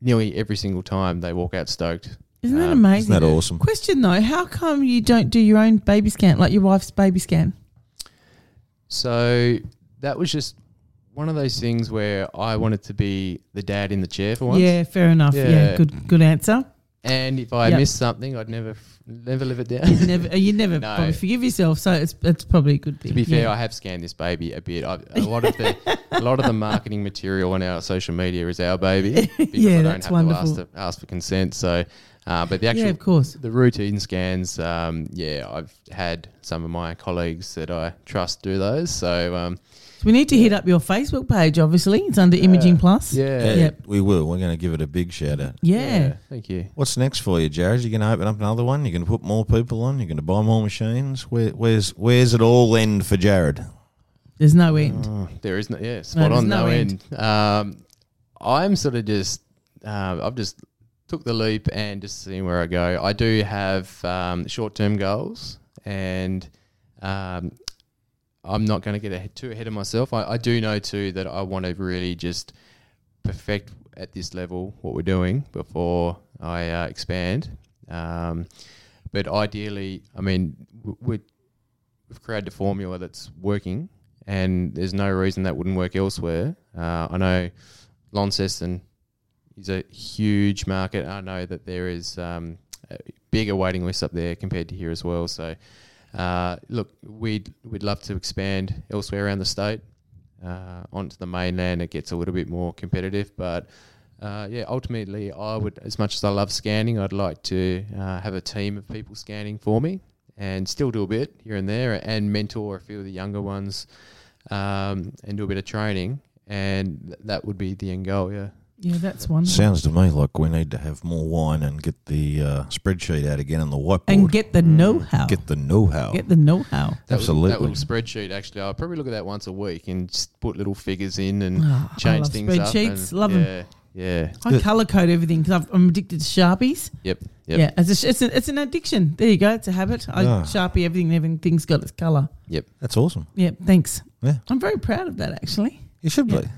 nearly every single time they walk out stoked.
Isn't that
Um,
amazing?
Isn't that awesome?
Question though, how come you don't do your own baby scan, like your wife's baby scan?
So that was just one of those things where I wanted to be the dad in the chair for once.
Yeah, fair enough. Yeah,
Yeah.
good, good answer.
And if I
Yep.
missed something, I'd never f- never live it down.
You'd never, you never
No.
probably forgive yourself, so it's it's probably a good thing.
to be fair,
yeah.
I have scanned this baby a bit. I, a lot of the a lot of the marketing material on our social media is our baby because
Yeah,
I don't
that's
have
wonderful.
to ask to, ask for consent. So, uh, but the
yeah,
actual
of course.
the routine scans, um, yeah, I've had some of my colleagues that I trust do those. So um,
So we need to hit up your Facebook page. Obviously, it's under Imaging Plus.
yeah,
Yep.
We will. We're going to give it a big shout out.
Yeah.
thank you.
What's next for you, Jared? You're going to open up another one. You're going to put more people on. You're going to buy more machines. Where, where's where's it all end for Jared?
there's no end.
Oh, there is no, yeah, spot
there's
on,
no
no, end. Um, I'm sort of just, um, I've just took the leap and just seeing where I go. I do have um, short term goals, and um, I'm not going to get ahead, too ahead of myself. I, I do know too that I want to really just perfect at this level what we're doing before I uh, expand. Um, but ideally, I mean, w- we're, we've created a formula that's working, and there's no reason that wouldn't work elsewhere. Uh, I know Launceston is a huge market. I know that there is um, a bigger waiting list up there compared to here as well. So, uh, look, we'd we'd love to expand elsewhere around the state. Uh, onto the mainland, it gets a little bit more competitive, but uh, yeah, ultimately, I would, as much as I love scanning, I'd like to uh, have a team of people scanning for me and still do a bit here and there and mentor a few of the younger ones um, and do a bit of training. And th- that would be the end goal, yeah.
Yeah, that's one.
Sounds to me like we need to have more wine and get the uh, spreadsheet out again on the whiteboard.
And get the
Mm.
know-how.
Get the know-how.
Get the know-how.
That little- that
Absolutely.
little spreadsheet, actually, I probably look at that once a week and just put little figures in and
Ah, I
change
love
things up. and-
spreadsheets. Love 'em.
yeah, Yeah.
I color code everything because I'm addicted to sharpies.
Yep. Yep.
Yeah, it's, a, sh- it's, a, it's an addiction. There you go. It's a habit. I
Ah.
sharpie everything. and Everything's got its color.
Yep.
That's awesome.
Yeah, thanks.
Yeah.
I'm very proud of that actually.
You should
Yeah.
be.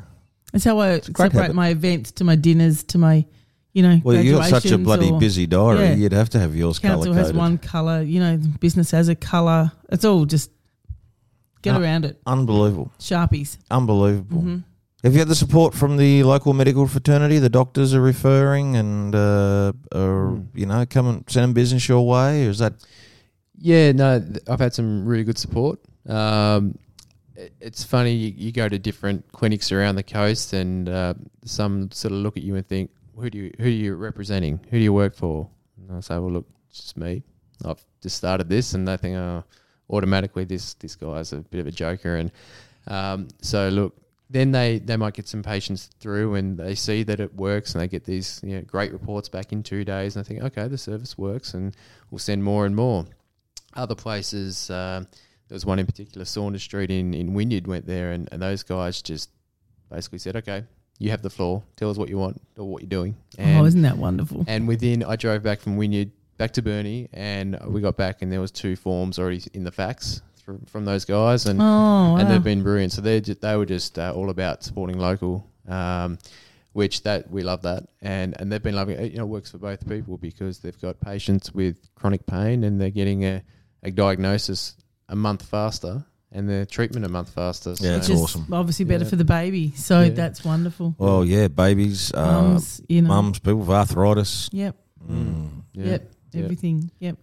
That's how I
a great
separate
habit.
my events to my dinners to my, you know,
Well, you got such a
graduations
bloody
or
busy diary.
Yeah.
You'd have to have yours
Council
color
has
coded.
one color. You know, business has a color. It's all just get
Ah.
around it.
Unbelievable.
Sharpies.
Unbelievable.
Mhm.
Have you had the support from the local medical fraternity? The doctors are referring and uh, are,
Mm.
you know, come and send business your way? Or is that
Yeah, no, th- I've had some really good support. Um, it- it's funny, you, you go to different clinics around the coast, and uh, some sort of look at you and think, "Who do you who are you representing? Who do you work for?" And I say, "Well, look, it's just me. I've just started this," and they think, "Oh, automatically, this this guy's a bit of a joker." And um, so, look, then they they might get some patients through, and they see that it works, and they get these you know, great reports back in two days, and they think, "Okay, the service works," and we'll send more and more other places. um there was one in particular, Saunders Street in, in Wynyard went there, and, and those guys just basically said, okay, you have the floor. Tell us what you want or what you're doing. And,
oh, isn't that wonderful?
and within, I drove back from Wynyard back to Burnie, and we got back, and there was two forms already in the fax from, from those guys, and
oh, wow.
and they've been brilliant. So they they were just uh, all about supporting local, um, which that we love that, and and they've been loving it. You know, it works for both people because they've got patients with chronic pain and they're getting a, a diagnosis a month faster and their treatment a month faster. So
Yeah,
Which
it's
is
awesome.
Obviously better
Yeah.
for the baby. So
Yeah.
that's wonderful.
Well, Oh, yeah, babies, uh,
mums, you know.
mums, people with arthritis.
Yep.
Mm.
yeah,
Yep.
yeah.
Everything. Yep.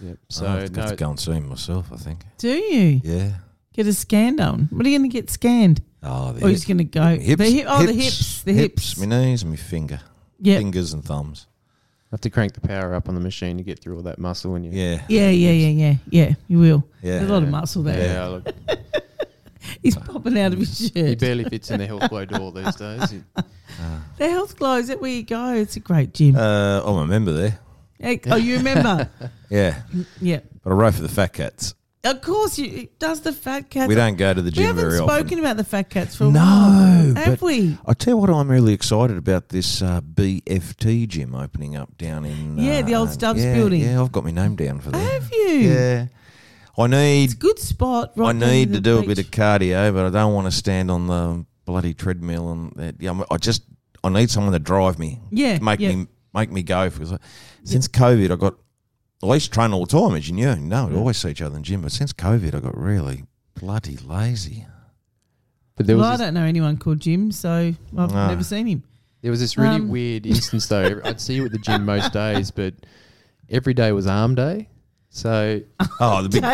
yep.
So
So
I have to,
no,
go and see 'em myself, I think.
Do you
Yeah.
get a scan done? What are you going to get scanned?
Oh, the
Or he's going to go
hips,
the hip. Oh, the hips. The hips.
My knees and my finger.
Yep.
Fingers and thumbs.
I have to crank the power up on the machine to get through all that muscle. And you,
Yeah.
Yeah, yeah, yeah, yeah, yeah. You will.
Yeah.
There's a lot of muscle
yeah,
there.
look,
He's popping out of his
he
shirt.
barely fits in the health glow door these days. He-
The health glow is that where you go. It's a great gym.
Uh, I'm a member there.
Hey, oh, you remember?
Yeah.
yeah.
But I rode for the fat cats.
Of course, you does the fat cat.
We don't go to the
We
gym
haven't
very
spoken
often.
about the fat cats for a
No,
while, have
but
we?
I tell you what, I'm really excited about this uh, BFT gym opening up down in
Yeah, the old
uh,
Stubbs
yeah,
building.
Yeah, I've got my name down for that.
Have you?
Yeah, I need
Good spot. Right
I
down
need
the
to do a
beach.
bit of cardio, but I don't want to stand on the bloody treadmill and that. Yeah, I'm- I just I need someone to drive me.
Yeah,
to make
yeah.
me make me go because I- since COVID, I got I used to train all the time, as you knew. No, we always see each other in gym, but since COVID, I got really bloody lazy.
But there was
well, I
this,
don't know anyone called Jim, so I've
No.
never seen him.
there was this really
Um.
weird instance though. I'd see you at the gym most days, but every day was arm day. So
Oh, the big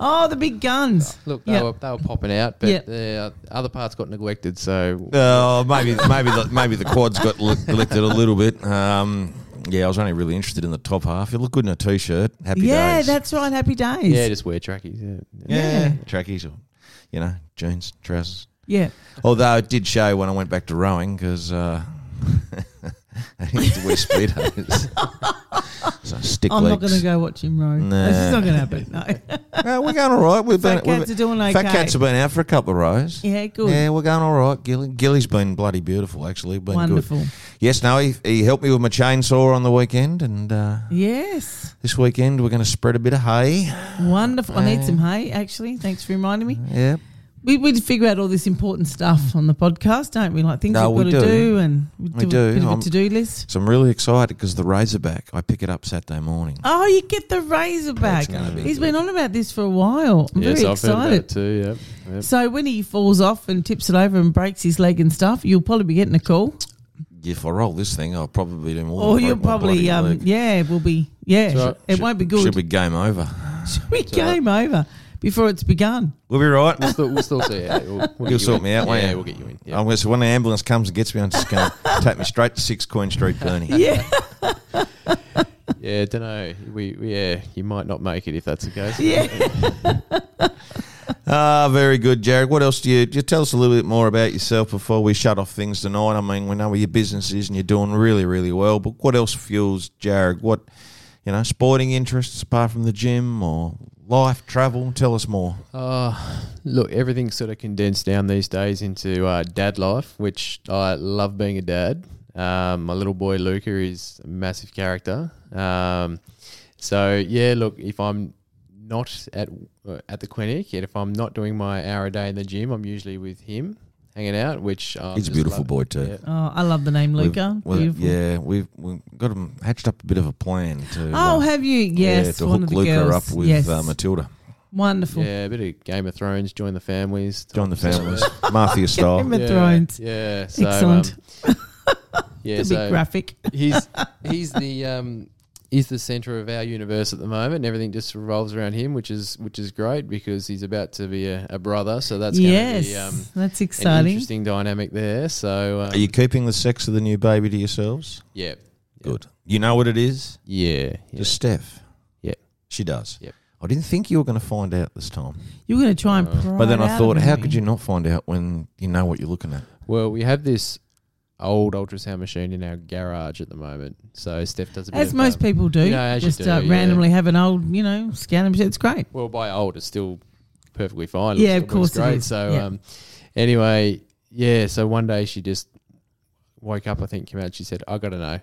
Oh, the big guns.
look, they,
Uh, Yeah.
were, they were popping out, but
Yeah.
the uh, other parts got neglected. So
Oh, maybe maybe the, maybe the quads got le- lifted a little bit. Um, yeah, I was only really interested in the top half. You look good in a t-shirt. Happy
yeah,
days.
that's right. Happy days.
yeah, just wear trackies. Yeah,
yeah,
yeah.
trackies or you know jeans, trousers.
Yeah.
Although it did show when I went back to rowing because uh, I needed to wear speedos. so stick
I'm not
legs.
going to go watch him row.
Nah.
This is not going to happen. No.
No, we're going all right. We've been,
Fat
we've-
cats are doing okay.
fat cats have been out for a couple of rows.
yeah, good.
Yeah, we're going all right. Gilly, Gilly's been bloody beautiful, actually. Been good.
Wonderful.
Yes, no, he, he helped me with my chainsaw on the weekend, and uh,
Yes.
this weekend we're going to spread a bit of hay.
Wonderful. I need
Yeah.
some hay, actually. Thanks for reminding me.
Yeah,
We, we figure out all this important stuff on the podcast, don't we? Like things
No,
we've
we
got to
do.
do, and we do,
We
a
do.
bit of
I'm-
a to do list.
so I'm really excited because the Razorback, I pick it up Saturday morning.
Oh, you get the Razorback.
It's gonna be
He's
good.
been on about this for a while. I'm
Yes,
very
I've heard about it
excited.
too. Yeah, yeah.
So when he falls off and tips it over and breaks his leg and stuff, you'll probably be getting a call,
If I roll this thing, I'll probably do more.
or
than
Oh, you'll
break my
probably
bloody
um,
leg.
yeah, we'll be yeah,
That's right.
it won't be good.
Should be game over.
Should be game over before it's begun.
We'll be right.
We'll still, we'll still see. Yeah, we'll, we'll get
You'll
you
sort
in.
me out, won't
Yeah,
you?
we'll get you in. Yeah.
I'm going to, when the ambulance comes and gets me, I'm just going to take me straight to Six Queen Street, Burnie.
Yeah,
Yeah, don't know. We, we yeah, you might not make it if that's the case.
yeah.
Ah, very good, Jared. What else do you, you tell us a little bit more about yourself before we shut off things tonight? I mean, we know where your business is and you're doing really, really well. But what else fuels Jared? What you know, sporting interests apart from the gym or life, travel? Tell us more.
Uh, look, everything's sort of condensed down these days into uh, dad life, which I love being a dad. Um, my little boy Luca is a massive character. Um, so yeah, look, if I'm not at uh, at the clinic, and if I'm not doing my hour a day in the gym, I'm usually with him hanging out. Which um,
He's a beautiful boy too.
Yeah.
Oh, I love the name
We've-
Luca.
we've-
Beautiful.
yeah, we've, we've got him hatched up a bit of a plan to.
Oh,
uh,
have you? Yes,
yeah, to
one
hook
of the
Luca
girls.
up with
yes,
uh, Matilda.
wonderful.
Yeah, a bit of Game of Thrones, join the families,
Join the families, Mafia
Game
style.
of Thrones.
Yeah, so,
Excellent.
Um, yeah,
The big
so
graphic.
he's he's the um, he's the center of our universe at the moment. and Everything just revolves around him, which is which is great because he's about to be a, a brother. So that's going to
Yes,
be um,
that's
an
exciting.
interesting dynamic there. So um,
Are you keeping the sex of the new baby to yourselves?
yeah,
Good. You know what it is?
yeah, yeah.
Just Steph.
Yeah.
She does.
Yep.
I didn't think you were going to find out this time.
You were going to try and, pry
Uh, But then
it
I
out
thought,
of
how
me.
could you not find out when you know what you're looking at?
Well, we have this old ultrasound machine in our garage at the moment. So Steph does a bit
As
of,
most
um,
people do,
You know, as you
just
do,
uh,
yeah.
randomly have an old, you know, scanner. machine. It's great.
Well, by old, it's still perfectly fine. It
Yeah,
still
of course
works
it
great.
is.
So,
Yeah.
um, anyway, yeah. So one day she just woke up. I think came out. She said, "I got to know." I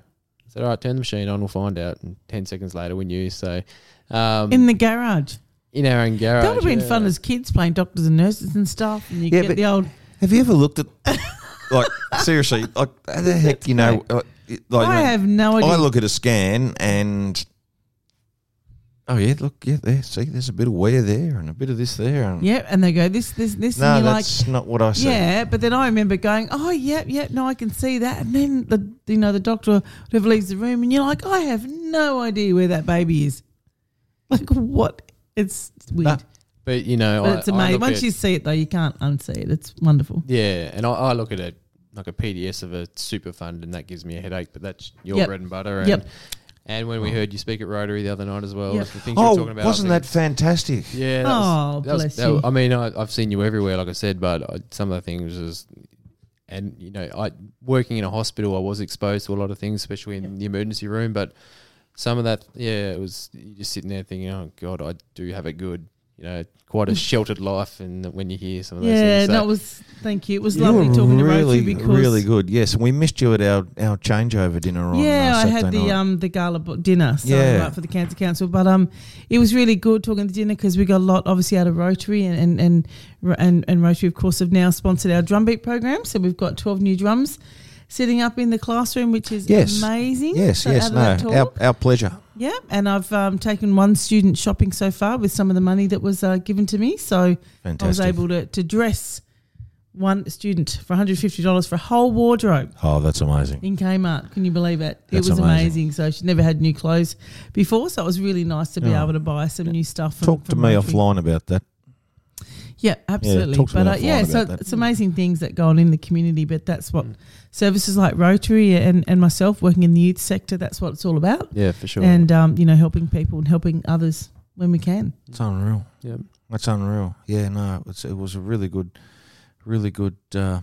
said, "All right, turn the machine on. We'll find out." And ten seconds later, we knew. So, um,
In
in,
the garage.
our own garage,
That would have been
yeah.
fun as kids playing doctors and nurses and stuff. And you
Yeah,
get
but-
the old.
Have you ever looked at, like, seriously, like, how the heck, you know, uh, like, you know,
I have no idea.
I look at a scan and, oh, yeah, look, yeah, there, see, there's a bit of wear there and a bit of this there. And
yeah, and they go this, this, this,
No,
and you're like,
that's not what I see.
yeah. But then I remember going, oh yeah, yeah, no, I can see that. And then the, you know, the doctor whatever leaves the room, and you're like, I have no idea where that baby is. Like what? It's weird,
Nah,
But you know,
but
I-
it's
I
amazing.
look
Once
at-
you see it though, you can't unsee it. It's wonderful.
Yeah, and I, I look at it like a PDS of a super fund, and that gives me a headache. But that's your
Yep.
bread and butter. And,
Yep.
And when we heard you speak at Rotary the other night as well,
Yep.
the things you were
Oh,
talking about, I was
wasn't that
thinking-
fantastic?
Yeah. That
Oh,
was, that was-
bless
that-
you.
I mean, I, I've seen you everywhere, like I said, but I, some of the things is, and you know, I working in a hospital, I was exposed to a lot of things, especially in the emergency room. But some of that, yeah, it was you're just sitting there thinking, oh God, I do have it good. you know, quite a sheltered life. And when you hear some of those
Mm. Yeah,
things, so-
that was. Thank you. It was
You
lovely
were
talking
really,
to Rosie because
really good. Yes, we missed you at our, our changeover dinner on
yeah,
uh,
I
Saturday
had the
night.
um the gala bu- dinner, so
Yeah.
right for the cancer council. But um, it was really good talking to dinner because we got a lot obviously out of Rotary and and and Ro- and, and Rotary of course have now sponsored our drumbeat program, so we've got twelve new drums sitting up in the classroom, which is
Yes.
amazing.
yes,
So
yes,
out of that
no,
talk-
our, our pleasure.
yeah, and I've um, taken one student shopping so far with some of the money that was uh, given to me. So I was
Fantastic.
able to, to dress one student for $150 for a whole wardrobe
oh, that's amazing.
in Kmart. Can you believe it?
That's
it was
amazing.
amazing. So she'd never had new clothes before. So it was really nice to be
Yeah.
able to buy some new stuff. From,
Oh. Talk to
from
me
Rotary.
offline about that.
Yeah, absolutely.
talk to me
but uh,
offline
yeah, so
about that. Mm.
it's amazing things that go on in the community. But that's what services like Rotary and, and myself working in the youth sector, that's what it's all about.
yeah, for sure.
And, um, you know, helping people and helping others when we can.
It's unreal.
yeah.
That's unreal. Yeah, no, it's, it was a really good, really good, uh,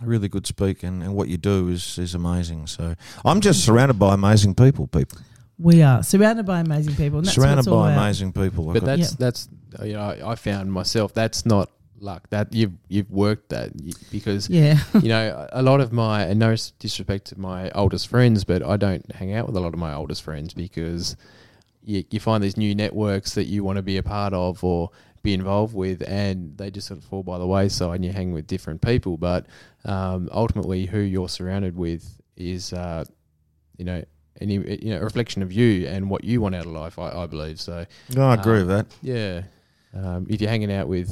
really good speak, and, and what you do is is amazing. So I'm just surrounded by amazing people. People
We are surrounded by amazing people. And that's what
surrounded
it's all
by
about.
amazing people. I've
But
got-
that's that's uh, you know I, I found myself that's not luck that you've you've worked that you, because
Yeah.
you know a lot of my and no disrespect to my oldest friends, but I don't hang out with a lot of my oldest friends because you, you find these new networks that you want to be a part of or be involved with, and they just sort of fall by the wayside, and you hang with different people. But um, ultimately, who you're surrounded with is uh, you know. Any you know a reflection of you and what you want out of life, I, I believe. So
no, I agree
um,
uh,
with that.
yeah. Um, if you're hanging out with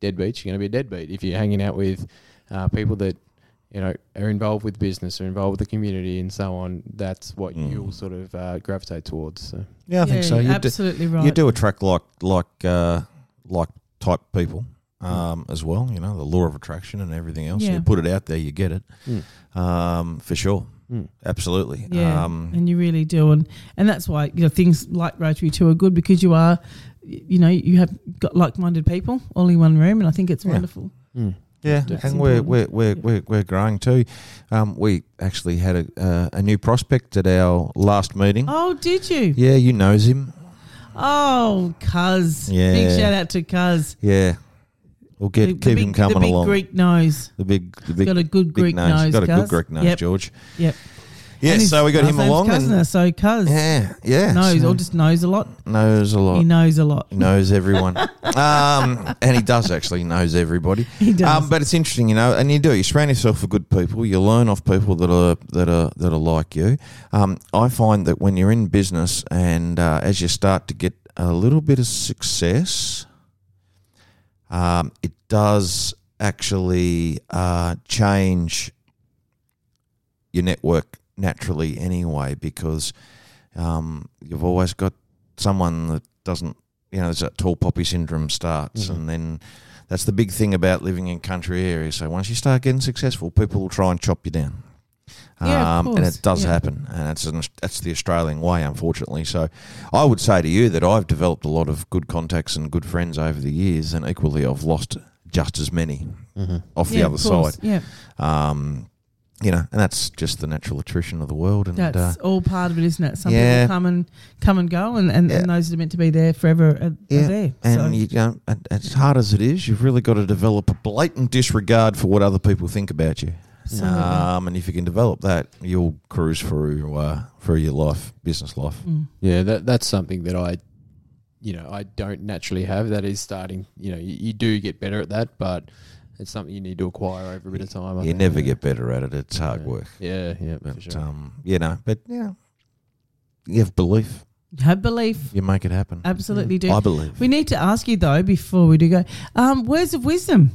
deadbeats, you're going to be a deadbeat. If you're hanging out with uh, people that you know are involved with business, are involved with the community, and so on, that's what
Mm.
you'll sort of uh, gravitate towards. So.
Yeah, I think
Yeah,
so.
you're
You do,
absolutely right.
you do attract like like uh, like type people um, as well. You know the law of attraction and everything else.
Yeah.
You put it out there, you get it um, for sure.
Mm.
Absolutely.
Yeah,
Um,
and you really do, and and that's why you know things like Rotary Two are good because you are, y- you know, you have got like-minded people all in one room, and I think it's
Yeah. Mm-hmm.
wonderful.
Mm.
Yeah,
That's
and we're
important.
we're we're,
Yeah.
we're we're growing too. Um, we actually had a uh, a new prospect at our last meeting.
Oh, did you?
Yeah, you knows him.
Oh, Cuz. Big
Yeah.
shout out to Cuz.
Yeah, we'll get
The- the
keep
big-
him coming
the big
along.
Greek nose.
The big the
Got
big,
a good
big
Greek
nose.
nose.
Got a good
Cuz.
Greek nose,
Yep.
George.
Yep.
Yeah,
And his
so we got
last
him
name's
along. and-
Kuzner, so Cuz.
yeah, yeah.
Knows,
so
or just knows a lot.
knows a lot.
He knows a lot.
He knows everyone. um, and he does actually knows everybody.
He does.
Um, but it's interesting, you know, and you do. You surround yourself with good people. You learn off people that are that are that are like you. Um, I find that when you're in business and uh, as you start to get a little bit of success, um, it does actually uh, change your network naturally anyway because um, you've always got someone that doesn't you know there's that tall poppy syndrome starts
Mm-hmm.
Mhm.
and then that's the big thing about living in country areas so once you start getting successful people will try and chop you down Um,
Yeah, of
and
course.
it does
Yeah.
happen and that's an, that's the Australian way unfortunately so I would say to you that I've developed a lot of good contacts and good friends over the years and equally I've lost just as many
Mm-hmm.
off
Yeah,
the
of
other
course.
side
Yeah,
um, you know, and that's just the natural attrition of the world. And
that's
uh,
all part of it, isn't it? Some
yeah.
people come and come and go, and, and,
Yeah.
and those that are meant to be there forever are,
Yeah,
are there.
and
so.
you know, and- and as hard as it is, you've really got to develop a blatant disregard for what other people think about you.
Absolutely.
Um, and if you can develop that, you'll cruise through uh, through your life, business life.
Mm.
Yeah, that that's something that I, you know, I don't naturally have. That is starting. You know, you, you do get better at that, but it's something you need to acquire over a bit of time. I
You
think,
never
yeah.
get better at it. It's hard
Yeah.
work,
Yeah, yeah, for
but
sure.
um, you know, but you know, you have belief.
Have belief.
You make it happen.
Absolutely do.
I believe.
we need to ask you though before we do go. Um, words of wisdom.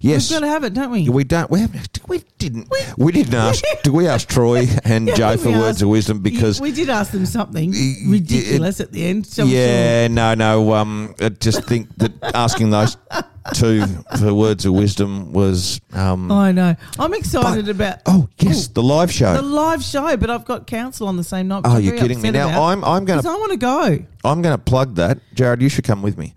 yes,
We've got to have it, don't we?
We don't. We haven't. We didn't. We, didn't ask. did we ask Troy and
Yeah, I
Joe
think
for
we
words
asked-
of wisdom? Because
we did ask them something
Y- y-
ridiculous at the end. so I'm sure.
yeah, no, no. Um, I just think that asking those two for words of wisdom was. Um,
I know. I'm excited about
oh yes, the live show.
Oh, the live show, but I've got council on the same night.
oh, you're kidding me! Now I'm I'm
because
gonna
I want to go.
I'm gonna plug that. Jared, you should come with me.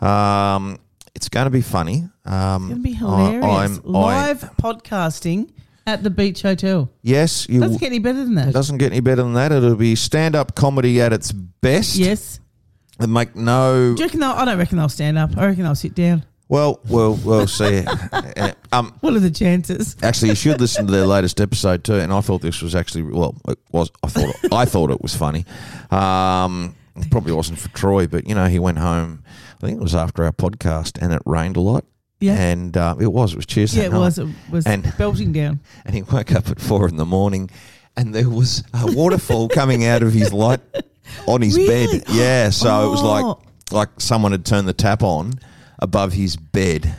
Um, it's gonna be funny. Um,
It's going to be hilarious.
I, I'm I,
live podcasting at the Beach Hotel.
yes, you.
Doesn't get any better than that.
doesn't get any better than that. It'll be stand up comedy at its best.
Yes.
They make no.
Do you reckon they'll, I don't reckon they'll stand up. I reckon they'll sit down.
Well, we'll we'll see. Uh, um,
What are the chances?
actually, you should listen to their latest episode too. And I thought this was actually well, it was. I thought I thought it was funny. Um, it probably wasn't for Troy, but you know, he went home. I think it was after our podcast, and it rained a lot.
Yeah.
and uh, it was. It was cheers. that
yeah, it
night.
was. It was
And-
belting down.
and he woke up at four in the morning and there was a waterfall coming out of his light on his
Really?
bed. Yeah, so it was like
Oh.
like someone had turned the tap on above his bed.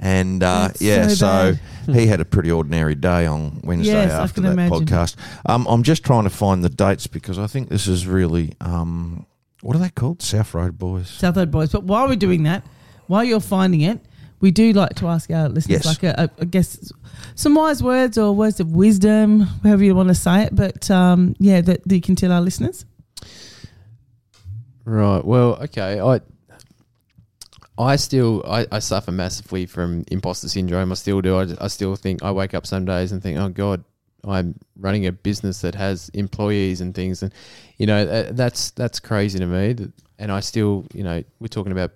And uh,
That's
yeah, so,
so
he had a pretty ordinary day on Wednesday
Yes, I
after
can
that
imagine.
podcast. Um, I'm just trying to find the dates because I think this is really um, what are they called? South Road Boys.
Southside Boys. But while we're doing that, while you're finding it, we do like to ask our listeners,
Yes.
like, a, a, I guess, some wise words or words of wisdom, however you want to say it. But um, yeah, that, that you can tell our listeners.
Right. Well, okay. I I still I, I suffer massively from imposter syndrome. I still do. I, I still think I wake up some days and think, oh God, I'm running a business that has employees and things, and you know tha- that's that's crazy to me. That- And I still, you know, we're talking about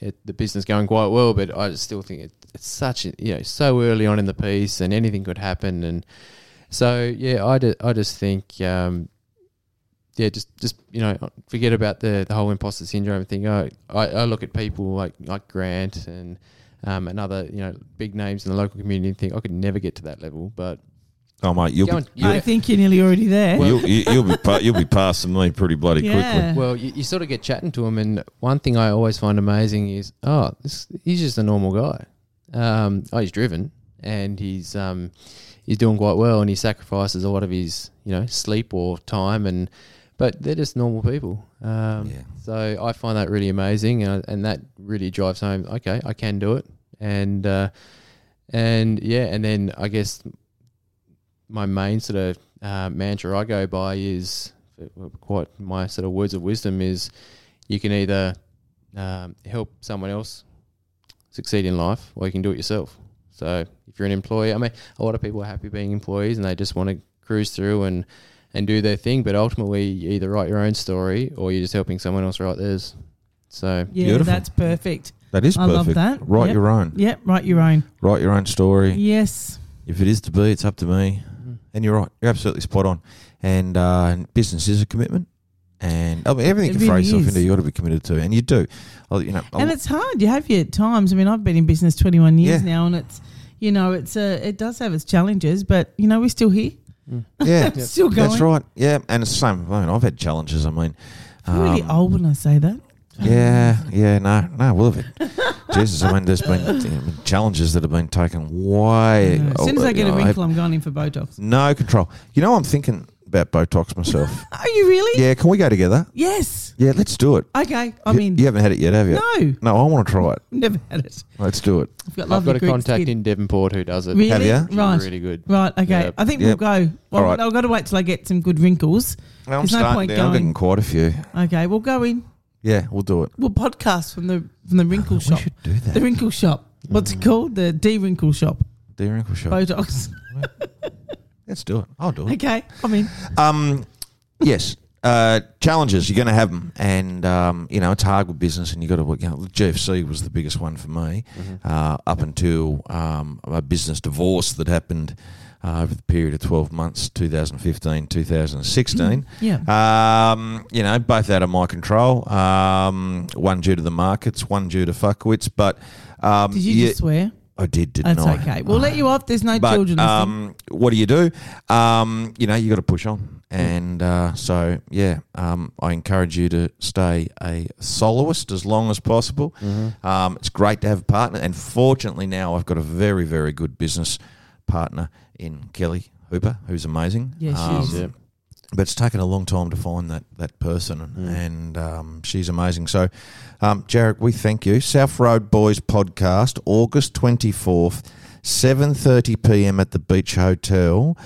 it, the business going quite well, but I still think it, it's such a, you know so early on in the piece, and anything could happen. And so yeah, I, ju- I just think um, yeah, just just you know, forget about the, the whole imposter syndrome thing. I, I, I look at people like like Grant and um, and other you know big names in the local community and think I could never get to that level. But
Oh mate, you'll
Go
be,
on. Yeah.
I think you're nearly already there.
you'll, you- you'll be pa- you'll be passing me pretty bloody quickly.
yeah.
well, you, you sort of get chatting to him, and one thing I always find amazing is oh, this, he's just a normal guy. Um, oh, he's driven and he's um, he's doing quite well, and he sacrifices a lot of his you know sleep or time, and but they're just normal people. Um,
Yeah.
So I find that really amazing, and, I- and that really drives home. Okay, I can do it, and uh, and yeah, and then I guess my main sort of uh, mantra I go by is quite my sort of words of wisdom is you can either um, help someone else succeed in life or you can do it yourself. So if you're an employee, I mean, a lot of people are happy being employees and they just want to cruise through and, and do their thing. But ultimately, you either write your own story or you're just helping someone else write theirs. So
yeah,
Beautiful.
that's perfect.
That is
I
perfect.
love that.
Write
Yep.
your own.
Yep, write your own.
Write your own story.
Yes.
If it is to be, it's up to me. And you're right. You're absolutely spot on. And uh, business is a commitment. And I mean, everything
It
you throw
really
yourself
is.
into, you got to be committed to, and you do. Oh, you know,
and
I'll-
it's hard. You have your times. I mean, I've been in business 21 years
Yeah.
now, and it's, you know, it's a, it does have its challenges, but, you know, we're still here.
yeah,
It's still going.
that's right. Yeah, and it's the same. with mine. I've had challenges. I mean,
I'm really
um,
old when I say that.
Yeah, yeah, no, no, we'll have it. Jesus, I mean, there's been you know, challenges that have been taken way.
Yeah. As soon as I get
you
a
know,
wrinkle, I'm going in for Botox.
no control. You know, I'm thinking about Botox myself.
Are you really?
yeah, can we go together?
Yes.
Yeah, let's do it.
Okay. I
You-
mean,
you haven't had it yet, have you?
no,
No, I want to try it.
never had it.
Let's do it.
I've got
I've
lovely
got a
Greek
contact
skin.
in Devonport who does it.
Really?
Have ya?
She's
Right.
really good.
Right. Okay.
Yeah.
I think
Yep.
we'll go.
All
Well,
right.
I've got to wait till I get some good wrinkles.
Well, I'm
There's no
starting
point
down. I'm
going.
getting quite a few.
Okay. We'll go in.
Yeah, we'll do it.
We'll podcast from the from the wrinkle
We
shop.
should do that.
The wrinkle shop. What's
Mm.
it called? The de wrinkle shop.
The wrinkle shop.
Botox.
Let's do it. I'll do it.
Okay. I mean,
Um, yes. Uh, challenges you're going to have them, and um, you know it's hard with business, and you got to work. You know, the GFC was the biggest one for me, uh, up until um, a business divorce that happened uh, over the period of 12 months, 2015, 2016.
yeah.
Um, you know, both out of my control. Um, one due to the markets, one due to fuckwits. But um,
Did you just swear?
I did, didn't
That's
I?
okay. We'll let you off. There's no children. listening.
um, what do you do? Um, you know, you got to push on, and uh, so yeah, um, I encourage you to stay a soloist as long as possible.
Mm-hmm.
Um, it's great to have a partner, and fortunately now I've got a very, very good business partner in Kelly Hooper, who's amazing. Um,
Yeah, she is.
Yeah.
But it's taken a long time to find that that person,
Mm.
and um, she's amazing. So, um, Jarek, we thank you. South Road Boys podcast, August twenty fourth, seven thirty p.m. at the Beach Hotel.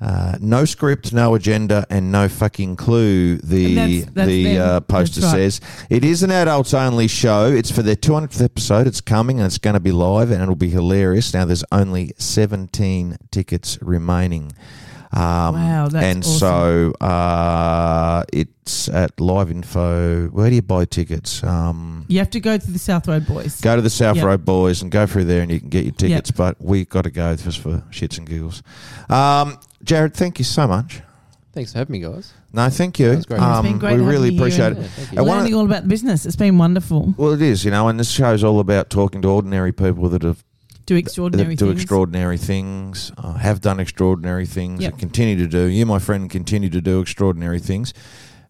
Uh, no script, no agenda, and no fucking clue. The
And that's- that's
the
them.
uh, poster
That's right.
says it is an adults only show. It's for their two hundredth episode. It's coming and it's going to be live and it'll be hilarious. Now there's only seventeen tickets remaining. Um,
Wow, that's
And so uh, it's at Live Info. Where do you buy tickets? Um,
You have to go through the South Road Boys.
Go to the South
Yep.
Road Boys and go through there, and you can get your tickets. But we got to go just for shits and giggles. Um, Jared, thank you so much.
Thanks for having me, guys.
No, thank you. Um,
That was great. It's
been great
we
having
really
you
appreciate
and-
it.
Yeah, thank you.
I wanna-
Learning all about the business. It's been wonderful.
Well, it is, you know, and this show's all about talking to ordinary people that have
Do extraordinary
that do
things.
extraordinary things, uh, have done extraordinary things,
Yep.
and continue to do. You, my friend, continue to do extraordinary things,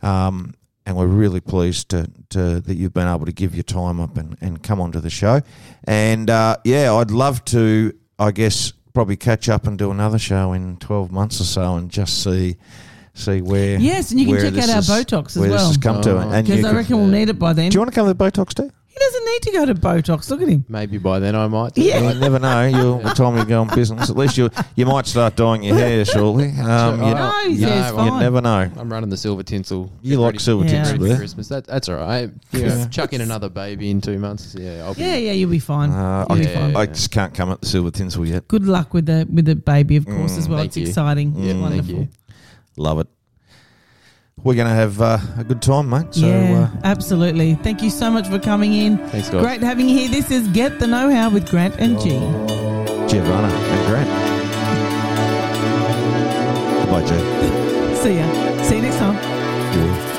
um, and we're really pleased to, to that you've been able to give your time up and, and come onto the show. And uh, yeah, I'd love to, I guess, probably catch up and do another show in twelve months or so, and just see see where.
Yes, and you can
where
check
this
out our
is-
Botox as
where this
well.
has come to,
Oh.
and you
Because I
could-
reckon we'll need it by then.
do you want to come to the Botox too?
he doesn't need to go to Botox. Look at him.
Maybe by then I might.
Yeah.
You never know. You'll the time you go on business. At least you you might start dyeing your hair shortly. Um,
Sure.
you,
No, he
Yeah,
says
I
you
fine.
never know.
I'm running the silver tinsel.
You
Get
like
ready-
silver
Yeah.
get
tinsel
ready for
there.
Christmas. That, that's all right.
Yeah.
Yeah. Chuck in another baby in two months. Yeah. I'll be,
Yeah, yeah, you'll be fine.
Uh,
you'll be
yeah.
fine.
I just can't come at the silver tinsel yet.
Good luck with the with the baby, of course,
Mm,
as well.
thank
It's
you.
exciting.
Yeah,
It's
thank
wonderful.
you.
Love it. We're going to have uh, a good time, mate. So
yeah,
uh,
absolutely. Thank you so much for coming in.
Thanks, guys.
Great having you here. This is Get the Know How with Grant and G.
Giovanna and Grant. Goodbye, Jay.
See ya. See you next time.
You will.